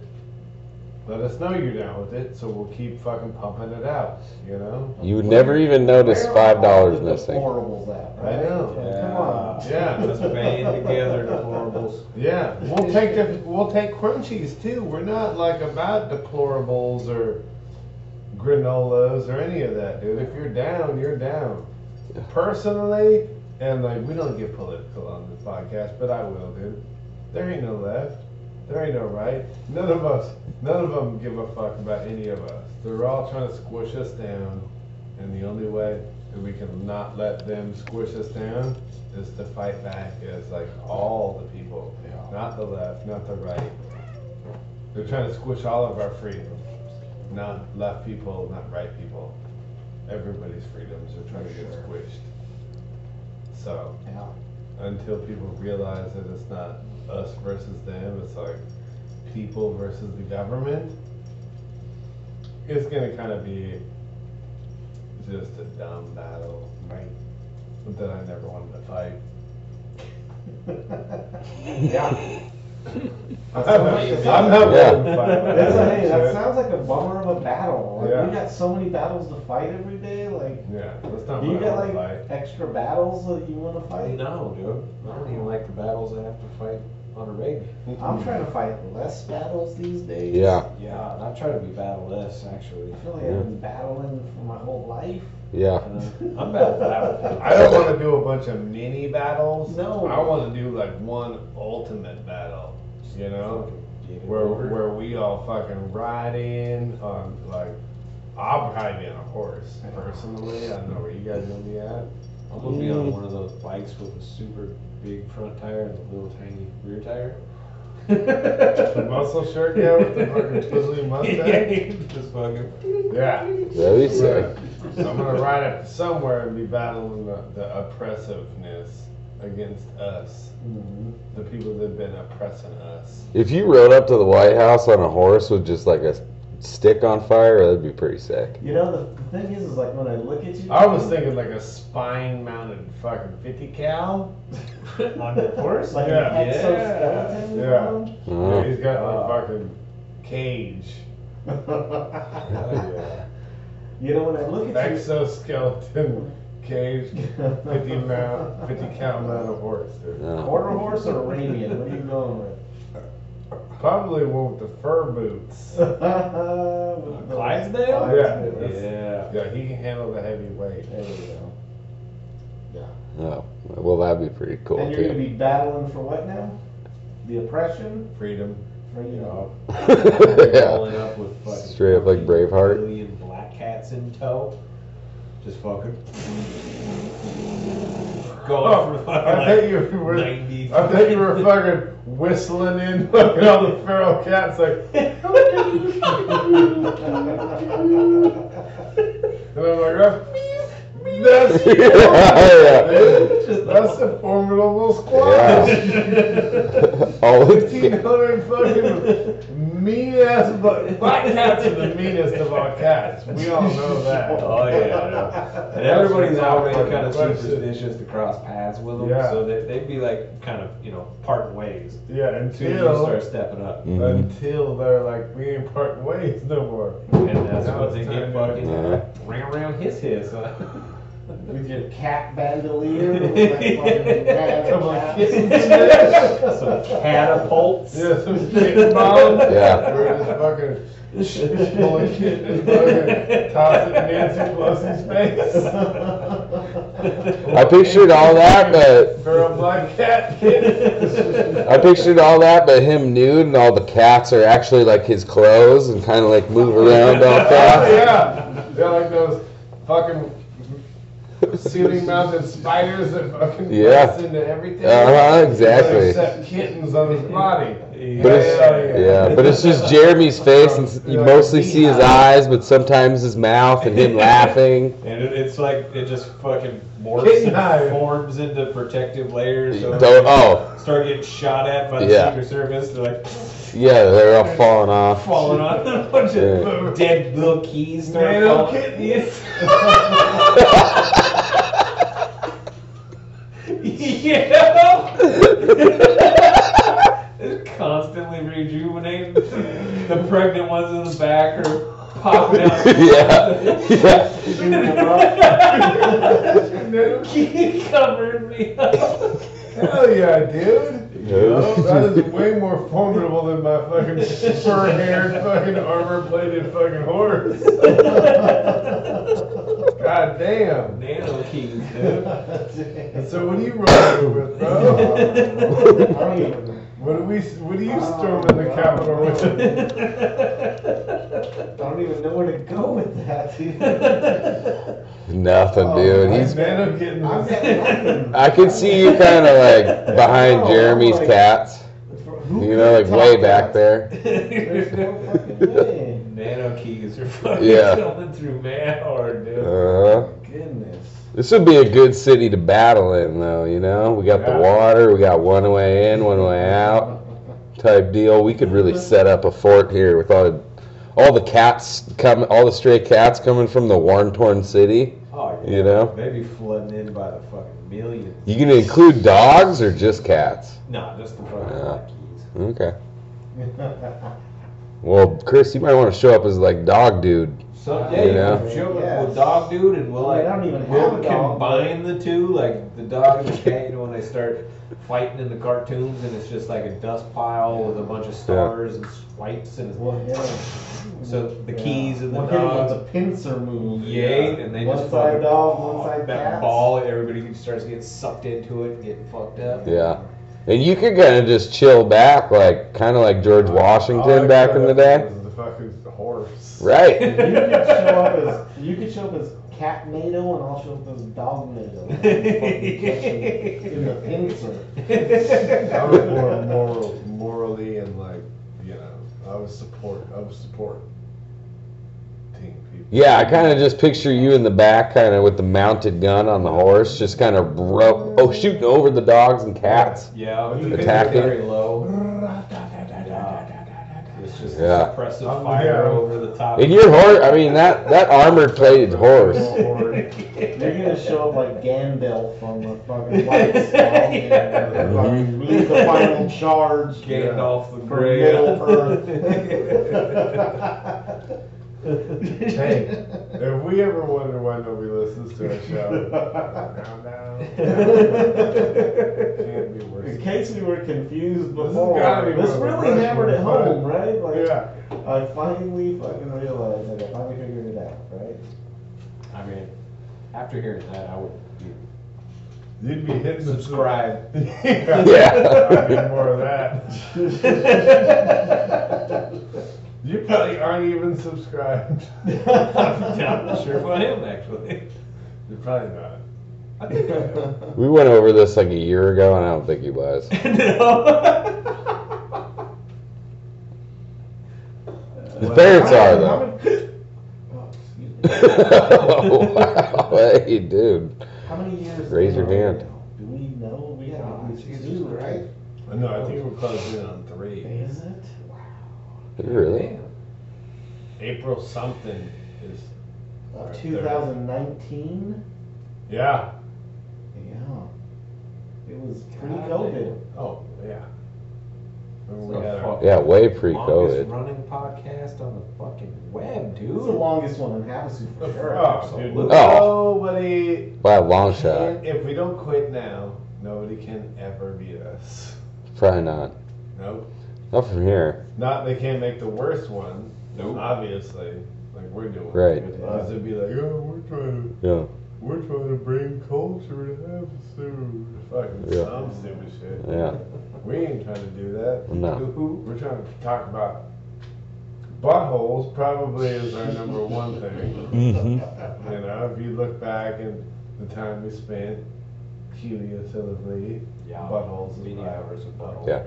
[SPEAKER 2] Let us know you're down with it, so we'll keep fucking pumping it out. You know?
[SPEAKER 1] You would never even notice
[SPEAKER 3] Where are
[SPEAKER 1] five
[SPEAKER 3] all the
[SPEAKER 1] dollars missing.
[SPEAKER 3] deplorables at,
[SPEAKER 2] I
[SPEAKER 3] right?
[SPEAKER 2] know.
[SPEAKER 3] Like, Come on.
[SPEAKER 2] Yeah.
[SPEAKER 4] Let's band together the horribles.
[SPEAKER 2] Yeah, we'll take the we'll take crunchies too. We're not like about deplorables or granolas or any of that, dude. If you're down, you're down. Personally, and like we don't get political on this podcast, but I will, dude. There ain't no left. There ain't no right. None of us, none of them give a fuck about any of us. They're all trying to squish us down, and the only way that we can not let them squish us down is to fight back as like all the people, not the left, not the right. They're trying to squish all of our freedoms, not left people, not right people. Everybody's freedoms are trying to get
[SPEAKER 3] Sure.
[SPEAKER 2] squished. So
[SPEAKER 3] Yeah.
[SPEAKER 2] until people realize that it's not us versus them, it's like people versus the government, it's gonna kind of be just a dumb battle
[SPEAKER 3] Right.
[SPEAKER 2] that I never wanted to fight. (laughs)
[SPEAKER 3] yeah. (laughs)
[SPEAKER 2] I'm
[SPEAKER 3] That's what
[SPEAKER 2] (laughs)
[SPEAKER 3] you said.
[SPEAKER 2] not willing to fight.
[SPEAKER 3] (laughs)
[SPEAKER 2] about
[SPEAKER 3] That's
[SPEAKER 2] that
[SPEAKER 3] like, hey, that
[SPEAKER 2] shit.
[SPEAKER 3] sounds like a bummer of a battle. Like,
[SPEAKER 2] Yeah.
[SPEAKER 3] We got so many battles to fight every day. Like,
[SPEAKER 2] Yeah, that's not
[SPEAKER 3] do
[SPEAKER 2] what
[SPEAKER 3] you
[SPEAKER 2] I
[SPEAKER 3] got
[SPEAKER 2] want to
[SPEAKER 3] like
[SPEAKER 2] fight.
[SPEAKER 3] extra battles that you want to fight?
[SPEAKER 4] No, dude. I don't even like the battles I have to fight on a regular.
[SPEAKER 3] I'm trying to fight less battles these days.
[SPEAKER 1] Yeah,
[SPEAKER 4] Yeah, and I try to be battle-less actually.
[SPEAKER 3] I feel like
[SPEAKER 1] Yeah.
[SPEAKER 3] I've been battling for my whole life.
[SPEAKER 1] yeah.
[SPEAKER 4] And I'm I'm battle battle.
[SPEAKER 2] I don't want to do a bunch of mini battles.
[SPEAKER 3] No.
[SPEAKER 2] I want to do like one ultimate battle. You know,
[SPEAKER 4] Fucking get it
[SPEAKER 2] where
[SPEAKER 4] over.
[SPEAKER 2] where we all fucking ride in on like. I'll probably be on a horse personally. I don't know where you guys gonna be at.
[SPEAKER 4] I'm gonna be
[SPEAKER 2] Mm.
[SPEAKER 4] on one of those bikes with a super big front tire and a little tiny rear
[SPEAKER 2] (laughs)
[SPEAKER 4] tire.
[SPEAKER 2] The muscle shirt guy with the
[SPEAKER 4] (laughs)
[SPEAKER 2] fucking twizzly mustache.
[SPEAKER 4] Just fucking.
[SPEAKER 2] Yeah.
[SPEAKER 1] That'd be sick.
[SPEAKER 2] So (laughs) I'm gonna ride up somewhere and be battling the, the oppressiveness against us,
[SPEAKER 3] Mm-hmm.
[SPEAKER 2] the people that've been oppressing us.
[SPEAKER 1] If you rode up to the White House on a horse with just like a stick on fire, that'd be pretty sick.
[SPEAKER 3] You know, the, the thing is, is like when I look at you.
[SPEAKER 2] I
[SPEAKER 3] (laughs)
[SPEAKER 2] was thinking like a spine mounted fucking 50 cal.
[SPEAKER 4] On the horse?
[SPEAKER 3] Like
[SPEAKER 2] Yeah.
[SPEAKER 3] an exoskeleton.
[SPEAKER 2] Yeah.
[SPEAKER 3] around.
[SPEAKER 1] Oh.
[SPEAKER 2] He's got like
[SPEAKER 4] Uh.
[SPEAKER 2] fucking cage,
[SPEAKER 3] (laughs) You know, when I look at you.
[SPEAKER 2] exoskeleton cage, 50 mount, 50 cal mounted horse. dude.
[SPEAKER 1] No.
[SPEAKER 3] Quarter horse or Arabian? What are you going (laughs) with?
[SPEAKER 2] Probably one with the fur boots.
[SPEAKER 3] With the-
[SPEAKER 4] (laughs) Clydesdale?
[SPEAKER 3] Clydesdale.
[SPEAKER 4] Yeah.
[SPEAKER 2] Yeah, he can handle the heavy weight.
[SPEAKER 3] There you go.
[SPEAKER 1] No. Well, that'd be pretty cool
[SPEAKER 3] and you're going to
[SPEAKER 1] too.
[SPEAKER 3] be battling for what now? The oppression?
[SPEAKER 2] Freedom.
[SPEAKER 3] For you
[SPEAKER 2] (laughs)
[SPEAKER 3] know.
[SPEAKER 1] (laughs) yeah.
[SPEAKER 4] Rolling up with fucking
[SPEAKER 1] Straight up like Braveheart. (laughs)
[SPEAKER 4] Million black cats in tow. Just
[SPEAKER 3] (laughs)
[SPEAKER 4] fucking. Going for fucking
[SPEAKER 2] Oh, I
[SPEAKER 4] like
[SPEAKER 2] bet you were.
[SPEAKER 4] 90.
[SPEAKER 2] I
[SPEAKER 4] (laughs)
[SPEAKER 2] bet you were fucking (laughs) whistling in fucking all the feral cats like. And I'm like, oh, that's
[SPEAKER 1] Yeah.
[SPEAKER 2] that's a formidable squad.
[SPEAKER 1] All
[SPEAKER 3] (laughs)
[SPEAKER 1] the
[SPEAKER 2] Fifteen hundred fucking mean ass black, black cats are the meanest of all cats. We
[SPEAKER 4] (laughs)
[SPEAKER 2] all know that.
[SPEAKER 4] Oh yeah, I
[SPEAKER 2] (laughs)
[SPEAKER 4] know. and everybody's already kind of superstitious to cross paths with them,
[SPEAKER 2] Yeah.
[SPEAKER 4] so they, they'd be like kind of you know parting ways
[SPEAKER 2] Yeah,
[SPEAKER 4] until you
[SPEAKER 2] until
[SPEAKER 4] start stepping up,
[SPEAKER 1] Mhm.
[SPEAKER 2] until they're like, we ain't parting ways no more.
[SPEAKER 4] and that's
[SPEAKER 2] Now
[SPEAKER 4] when
[SPEAKER 2] it's
[SPEAKER 4] they get
[SPEAKER 2] time to-
[SPEAKER 4] fucking
[SPEAKER 1] Yeah.
[SPEAKER 4] ring around his hiss. huh?
[SPEAKER 3] With your cat
[SPEAKER 4] (laughs)
[SPEAKER 3] bandolier. with that fucking bag of
[SPEAKER 2] Come on,
[SPEAKER 3] cats. (laughs)
[SPEAKER 2] kitten
[SPEAKER 4] Some catapults. (laughs)
[SPEAKER 2] Yeah, some kitten bombs.
[SPEAKER 1] Yeah.
[SPEAKER 2] We're just fucking Holy shit, this fucking toss it in Nancy Pelosi's face.
[SPEAKER 1] I pictured all
[SPEAKER 2] (laughs)
[SPEAKER 1] that, but-
[SPEAKER 2] For a black cat
[SPEAKER 1] (laughs)
[SPEAKER 2] kid.
[SPEAKER 1] I pictured all that, but him nude and all the cats are actually like his clothes and kind of like move around
[SPEAKER 2] (laughs)
[SPEAKER 1] all
[SPEAKER 2] Oh,
[SPEAKER 1] fast.
[SPEAKER 2] yeah. They're like those fucking ceiling mounted spiders that fucking
[SPEAKER 1] Yeah.
[SPEAKER 2] press into everything.
[SPEAKER 1] Uh-huh, exactly.
[SPEAKER 2] Except kittens on his body.
[SPEAKER 1] But it's, yeah, but it's just Jeremy's face, and s- you mostly see his eyes, but sometimes his mouth and him laughing.
[SPEAKER 4] And it, it's like it just fucking morphs
[SPEAKER 2] Kitten
[SPEAKER 4] and
[SPEAKER 2] hive.
[SPEAKER 4] forms into protective layers. So
[SPEAKER 1] Don't- oh,
[SPEAKER 4] start getting shot at by the
[SPEAKER 1] Yeah.
[SPEAKER 4] Secret Service. They're like (laughs)
[SPEAKER 1] yeah, they're all falling off. (laughs)
[SPEAKER 4] falling on them. A bunch
[SPEAKER 1] Yeah.
[SPEAKER 4] of dead little keys. Start
[SPEAKER 2] Man, little
[SPEAKER 4] falling. (laughs)
[SPEAKER 2] kittens.
[SPEAKER 4] (laughs) yeah. It's constantly rejuvenating the pregnant ones in the back are popping out.
[SPEAKER 1] (laughs) Yeah.
[SPEAKER 4] (laughs)
[SPEAKER 1] Yeah.
[SPEAKER 4] He covered me up.
[SPEAKER 2] Hell yeah, dude.
[SPEAKER 1] Yeah.
[SPEAKER 2] No, that is way more formidable than my fucking fur-haired, fucking armor-plated fucking horse. God damn.
[SPEAKER 4] Nano keys, dude.
[SPEAKER 2] And so what are you rolling with, bro?
[SPEAKER 4] (laughs)
[SPEAKER 3] don't even,
[SPEAKER 2] What are we? What are you storming the Capitol with?
[SPEAKER 4] (laughs)
[SPEAKER 3] I don't even know where to go with that, (laughs) dude.
[SPEAKER 1] Nothing, dude. He's.
[SPEAKER 2] man, I'm getting.
[SPEAKER 3] I'm
[SPEAKER 4] (laughs)
[SPEAKER 3] getting-
[SPEAKER 1] I could see you kind of like behind
[SPEAKER 3] No,
[SPEAKER 1] Jeremy's
[SPEAKER 3] I'm like-
[SPEAKER 1] cats.
[SPEAKER 3] Who
[SPEAKER 1] You know, like
[SPEAKER 3] can
[SPEAKER 1] way
[SPEAKER 3] talk
[SPEAKER 1] back
[SPEAKER 3] about-
[SPEAKER 1] there.
[SPEAKER 3] There's no fucking way. (laughs)
[SPEAKER 4] Nano keys are fucking
[SPEAKER 1] Yeah.
[SPEAKER 4] coming through man hard, dude.
[SPEAKER 1] Uh,
[SPEAKER 3] Goodness.
[SPEAKER 1] this would be a good city to battle in, though. You know, we got the
[SPEAKER 2] Yeah.
[SPEAKER 1] water, we got one way in, one way out. type deal. We could really set up a fort here with all the, all the cats come, all the stray cats coming from the war torn city.
[SPEAKER 4] oh,
[SPEAKER 1] You know,
[SPEAKER 4] Maybe flooding in by the fucking millions.
[SPEAKER 1] you gonna include dogs or just cats?
[SPEAKER 4] Nah, just the fucking
[SPEAKER 1] Yeah.
[SPEAKER 4] black keys.
[SPEAKER 1] Okay. Well, Chris, you might want to show up as like dog dude.
[SPEAKER 4] So,
[SPEAKER 1] You know?
[SPEAKER 4] yeah, you sure.
[SPEAKER 3] Yes.
[SPEAKER 4] Well, dog dude, and we'll
[SPEAKER 3] Well, they
[SPEAKER 4] like
[SPEAKER 3] don't even
[SPEAKER 4] we'll
[SPEAKER 3] have a dog.
[SPEAKER 4] combine the two, like the dog and the cat. You know, when they start fighting in the cartoons, and it's just like a dust pile with a bunch of stars and swipes, and
[SPEAKER 3] Well, yeah.
[SPEAKER 4] so the
[SPEAKER 3] Yeah.
[SPEAKER 4] keys and the
[SPEAKER 3] Well, here
[SPEAKER 4] dogs.
[SPEAKER 3] with the pincer move.
[SPEAKER 4] Yay, and they
[SPEAKER 3] One
[SPEAKER 4] just
[SPEAKER 3] side
[SPEAKER 4] fucking
[SPEAKER 3] dog, one
[SPEAKER 4] ball-
[SPEAKER 3] side
[SPEAKER 4] that
[SPEAKER 3] cats.
[SPEAKER 4] ball. Everybody starts getting sucked into it, and getting fucked up.
[SPEAKER 1] Yeah. And you could kind of just chill back, like kind of like (laughs)
[SPEAKER 2] Uh,
[SPEAKER 1] George Washington back in the day.
[SPEAKER 2] The fucking horse.
[SPEAKER 1] Right.
[SPEAKER 3] (laughs) You could show up as you could show up as cat NATO and I'll show up as dog
[SPEAKER 4] (laughs)
[SPEAKER 3] NATO. In the pincer.
[SPEAKER 2] I was more moral, morally, and like, you know, I was support. I was support. Team people.
[SPEAKER 1] Yeah, I kind of just picture you in the back, kind of with the mounted gun on the horse, just kind of ro- oh shooting over the dogs and cats.
[SPEAKER 4] Yeah,
[SPEAKER 2] With
[SPEAKER 4] you
[SPEAKER 2] the
[SPEAKER 4] can
[SPEAKER 1] tactic.
[SPEAKER 4] very low. It's just
[SPEAKER 1] Yeah.
[SPEAKER 4] yeah. suppressive
[SPEAKER 2] Um,
[SPEAKER 4] fire
[SPEAKER 2] yeah.
[SPEAKER 4] over the top.
[SPEAKER 1] And your horse, I mean that that armored plated horse.
[SPEAKER 4] (laughs)
[SPEAKER 2] Horse.
[SPEAKER 3] You're gonna show up like Gandalf on the fucking white stallion. and
[SPEAKER 1] (laughs)
[SPEAKER 3] fucking Lead the final charge.
[SPEAKER 4] Gandalf the
[SPEAKER 3] For
[SPEAKER 4] Grey.
[SPEAKER 3] Middle
[SPEAKER 4] (laughs)
[SPEAKER 3] Earth.
[SPEAKER 2] Hey, if we ever wonder why nobody listens to our (laughs) show, no, no, can't
[SPEAKER 3] (laughs)
[SPEAKER 2] be
[SPEAKER 3] In
[SPEAKER 2] worse.
[SPEAKER 3] case we were confused
[SPEAKER 2] This has
[SPEAKER 3] before,
[SPEAKER 2] gotta be
[SPEAKER 3] this
[SPEAKER 2] one of the
[SPEAKER 3] really
[SPEAKER 2] first
[SPEAKER 3] hammered it
[SPEAKER 2] ones, right?
[SPEAKER 3] home, right? Like,
[SPEAKER 2] Yeah.
[SPEAKER 3] I finally fucking realized it. I finally figured it out, right?
[SPEAKER 4] I mean, after hearing that, I would be
[SPEAKER 2] You'd be hitting the
[SPEAKER 4] subscribe.
[SPEAKER 2] (laughs) yeah.
[SPEAKER 1] Yeah.
[SPEAKER 2] I'd be more of (laughs) that. You probably aren't even subscribed.
[SPEAKER 4] I'm sure if I am actually.
[SPEAKER 2] You're probably not.
[SPEAKER 4] (laughs) I
[SPEAKER 3] (laughs)
[SPEAKER 4] think I am.
[SPEAKER 1] We went over this like a year ago, and I don't think he was. (laughs)
[SPEAKER 4] no.
[SPEAKER 1] His parents are
[SPEAKER 3] How
[SPEAKER 1] though.
[SPEAKER 3] many- oh, excuse me.
[SPEAKER 1] oh, wow. Hey, dude.
[SPEAKER 3] How many years?
[SPEAKER 1] Raise
[SPEAKER 3] in
[SPEAKER 1] your
[SPEAKER 3] are we
[SPEAKER 1] hand.
[SPEAKER 3] now? Do we know? We have at least
[SPEAKER 4] Jesus
[SPEAKER 3] two,
[SPEAKER 4] Christ.
[SPEAKER 3] right?
[SPEAKER 2] No, I think we're closing in on three.
[SPEAKER 3] Is it? Wow.
[SPEAKER 1] Really?
[SPEAKER 2] April something is.
[SPEAKER 3] Uh,
[SPEAKER 2] Right there.
[SPEAKER 3] 2019?
[SPEAKER 2] Yeah.
[SPEAKER 3] Yeah. It was
[SPEAKER 4] God
[SPEAKER 3] pre-COVID.
[SPEAKER 2] Oh, yeah. Remember
[SPEAKER 4] So
[SPEAKER 2] we had our-
[SPEAKER 4] fuck-
[SPEAKER 1] Yeah, way pre-COVID.
[SPEAKER 4] Longest running podcast on the fucking web,
[SPEAKER 3] It was the
[SPEAKER 4] dude.
[SPEAKER 3] longest one in Havasu for sure.
[SPEAKER 2] Oh, dude,
[SPEAKER 4] absolutely.
[SPEAKER 1] Oh.
[SPEAKER 2] nobody.
[SPEAKER 1] By a long shot.
[SPEAKER 2] Can, if we don't quit now, nobody can ever beat us.
[SPEAKER 1] Probably not.
[SPEAKER 2] Nope.
[SPEAKER 1] Not from here.
[SPEAKER 2] Not they can't make the worst one. Obviously, like we're doing.
[SPEAKER 1] Right.
[SPEAKER 2] Because it'd be like, oh, we're trying to,
[SPEAKER 1] Yeah.
[SPEAKER 2] we're trying to bring culture to Havasu. Fucking
[SPEAKER 1] Yeah.
[SPEAKER 2] some stupid shit.
[SPEAKER 1] Yeah.
[SPEAKER 2] We ain't trying to do that.
[SPEAKER 1] No.
[SPEAKER 2] We're trying to talk about buttholes. Probably is our number one thing.
[SPEAKER 1] Mm-hmm.
[SPEAKER 2] You know, if you look back and the time we spent cumulatively,
[SPEAKER 4] Yeah.
[SPEAKER 2] buttholes is
[SPEAKER 4] Many
[SPEAKER 2] right.
[SPEAKER 4] hours of buttholes.
[SPEAKER 1] Yeah.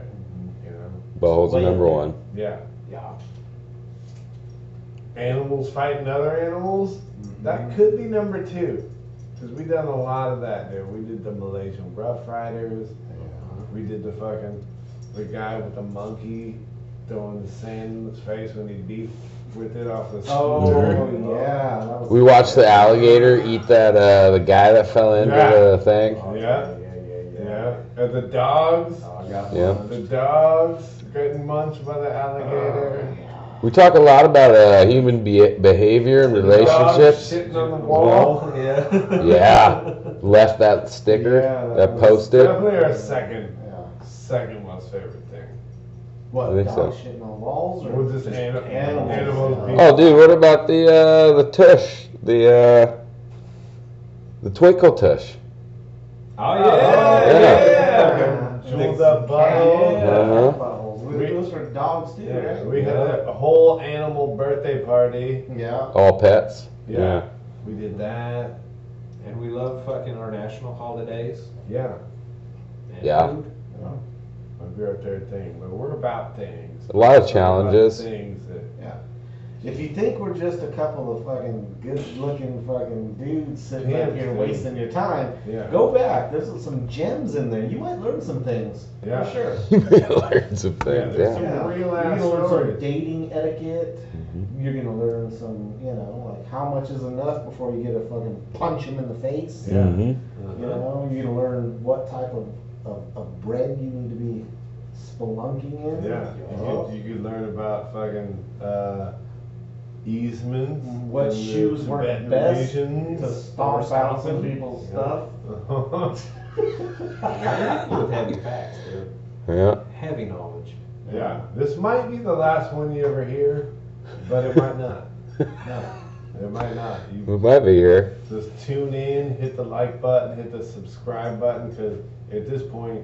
[SPEAKER 2] you know,
[SPEAKER 1] Butthole's the number one.
[SPEAKER 2] yeah,
[SPEAKER 4] Yeah.
[SPEAKER 2] animals fighting other animals,
[SPEAKER 3] Mm-hmm.
[SPEAKER 2] that could be number two. Because we done a lot of that, dude. We did the Malaysian Rough Riders. We did the fucking, the guy with the monkey throwing the sand in his face when he beat with it off the
[SPEAKER 3] Oh,
[SPEAKER 2] scooter.
[SPEAKER 3] yeah. that was-
[SPEAKER 1] We watched the alligator eat that uh, the guy that fell into
[SPEAKER 2] Yeah.
[SPEAKER 1] the thing.
[SPEAKER 2] Yeah.
[SPEAKER 4] Yeah. Yeah. Yeah.
[SPEAKER 2] Yeah. And the dogs.
[SPEAKER 4] Oh, I got
[SPEAKER 1] Yeah.
[SPEAKER 4] one.
[SPEAKER 3] Oh.
[SPEAKER 2] The dogs getting munched by the alligator.
[SPEAKER 3] Yeah.
[SPEAKER 1] We talk a lot about uh, human be- behavior and relationships.
[SPEAKER 2] Sitting on the wall.
[SPEAKER 4] yeah.
[SPEAKER 1] Yeah. Left that sticker,
[SPEAKER 2] Yeah,
[SPEAKER 1] that
[SPEAKER 2] was
[SPEAKER 1] post-it.
[SPEAKER 2] Definitely our second,
[SPEAKER 3] Yeah.
[SPEAKER 2] second most favorite thing.
[SPEAKER 1] I
[SPEAKER 3] What,
[SPEAKER 1] think
[SPEAKER 3] dog
[SPEAKER 1] so.
[SPEAKER 3] shitting on walls or?
[SPEAKER 2] We're just
[SPEAKER 4] Just
[SPEAKER 2] an-
[SPEAKER 4] animals.
[SPEAKER 2] animals. being-
[SPEAKER 1] Oh, dude, what about the uh, the tush, the uh, the twinkle tush?
[SPEAKER 4] (laughs) Oh
[SPEAKER 2] yeah,
[SPEAKER 4] yeah.
[SPEAKER 1] yeah.
[SPEAKER 3] Yeah.
[SPEAKER 2] Jeweled up butthole.
[SPEAKER 4] Yeah.
[SPEAKER 1] Uh-huh.
[SPEAKER 3] Buttholes.
[SPEAKER 2] We-
[SPEAKER 3] Those were dogs too,
[SPEAKER 2] Yeah,
[SPEAKER 3] right?
[SPEAKER 2] we had a whole animal birthday party.
[SPEAKER 3] Yeah.
[SPEAKER 1] All pets.
[SPEAKER 2] Yeah. We did that.
[SPEAKER 4] And we love fucking our national holidays.
[SPEAKER 2] Yeah,
[SPEAKER 4] And
[SPEAKER 1] Yeah. (laughs)
[SPEAKER 4] Food.
[SPEAKER 2] might be our third thing, but we're about things.
[SPEAKER 1] A lot of
[SPEAKER 2] We're about
[SPEAKER 1] challenges.
[SPEAKER 2] Things that
[SPEAKER 3] If you think we're just a couple of fucking good-looking fucking dudes sitting
[SPEAKER 2] Yeah.
[SPEAKER 3] up here wasting your time,
[SPEAKER 2] yeah.
[SPEAKER 3] go back. There's some gems in there. You might learn some things.
[SPEAKER 2] Yeah.
[SPEAKER 3] For sure.
[SPEAKER 1] You may learn some things.
[SPEAKER 2] there's
[SPEAKER 1] Yeah.
[SPEAKER 2] Some real
[SPEAKER 3] You're
[SPEAKER 2] ass
[SPEAKER 3] gonna learn some
[SPEAKER 2] stories.
[SPEAKER 3] dating etiquette.
[SPEAKER 2] Mm-hmm.
[SPEAKER 3] You're gonna learn some, you know, like how much is enough before you get a fucking punch him in the face.
[SPEAKER 2] Yeah.
[SPEAKER 3] You know, you're gonna learn what type of, of, of bread you need to be spelunking in.
[SPEAKER 2] Yeah, you could, you could learn about fucking uh, easements.
[SPEAKER 3] What
[SPEAKER 2] and the
[SPEAKER 3] shoes work
[SPEAKER 2] Tibetan
[SPEAKER 3] best
[SPEAKER 2] religions.
[SPEAKER 3] To stomp out some people's
[SPEAKER 2] Yeah. (laughs)
[SPEAKER 3] stuff.
[SPEAKER 4] (laughs)
[SPEAKER 2] Uh-huh.
[SPEAKER 4] With heavy facts, dude.
[SPEAKER 1] Yeah.
[SPEAKER 4] Heavy knowledge.
[SPEAKER 2] yeah, this might be the last one you ever hear, but it might not.
[SPEAKER 3] No.
[SPEAKER 2] It might not. You
[SPEAKER 1] We might be here.
[SPEAKER 2] just tune in, hit the like button, hit the subscribe button, because at this point,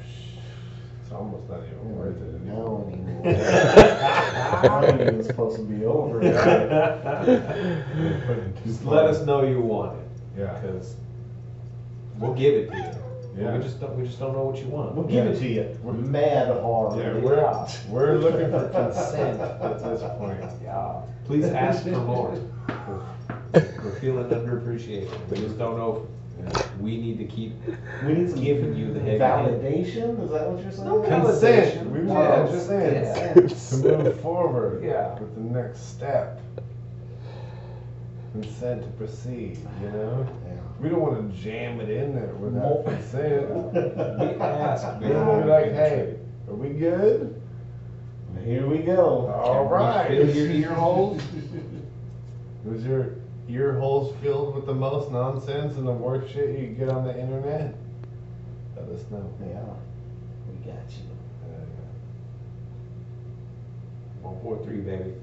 [SPEAKER 2] it's almost not even worth it anymore.
[SPEAKER 3] No
[SPEAKER 2] (laughs)
[SPEAKER 3] anymore. Not even supposed to be over.
[SPEAKER 4] Just let us know you want it,
[SPEAKER 2] Yeah,
[SPEAKER 4] because we'll give it to you.
[SPEAKER 2] yeah.
[SPEAKER 4] We just don't. We just don't know what you want.
[SPEAKER 3] We'll give it to you. We're mad hard.
[SPEAKER 2] Yeah, we're, we're looking for
[SPEAKER 3] (laughs)
[SPEAKER 2] consent at this point.
[SPEAKER 4] Yeah. Please ask for more. We're feeling underappreciated. We just don't know. if We need to keep
[SPEAKER 3] We need some
[SPEAKER 4] giving you the heavy hand.
[SPEAKER 3] validation. Is that what you're saying?
[SPEAKER 4] No
[SPEAKER 2] Consent, we
[SPEAKER 4] Yeah,
[SPEAKER 2] want consent to
[SPEAKER 1] (laughs)
[SPEAKER 2] move forward
[SPEAKER 4] Yeah.
[SPEAKER 2] with the next step. Consent to proceed, you know? We don't wanna jam it in there without
[SPEAKER 3] Nope.
[SPEAKER 2] consent.
[SPEAKER 3] (laughs)
[SPEAKER 4] We ask.
[SPEAKER 2] We wanna be like, hey, are we good?
[SPEAKER 3] Here we go.
[SPEAKER 2] All right.
[SPEAKER 4] Fill your ear holes.
[SPEAKER 2] Was your ear holes filled with the most nonsense and the worst shit you could get on the internet? Let us know.
[SPEAKER 3] Yeah, we got you.
[SPEAKER 2] Uh,
[SPEAKER 4] One, four, three, baby.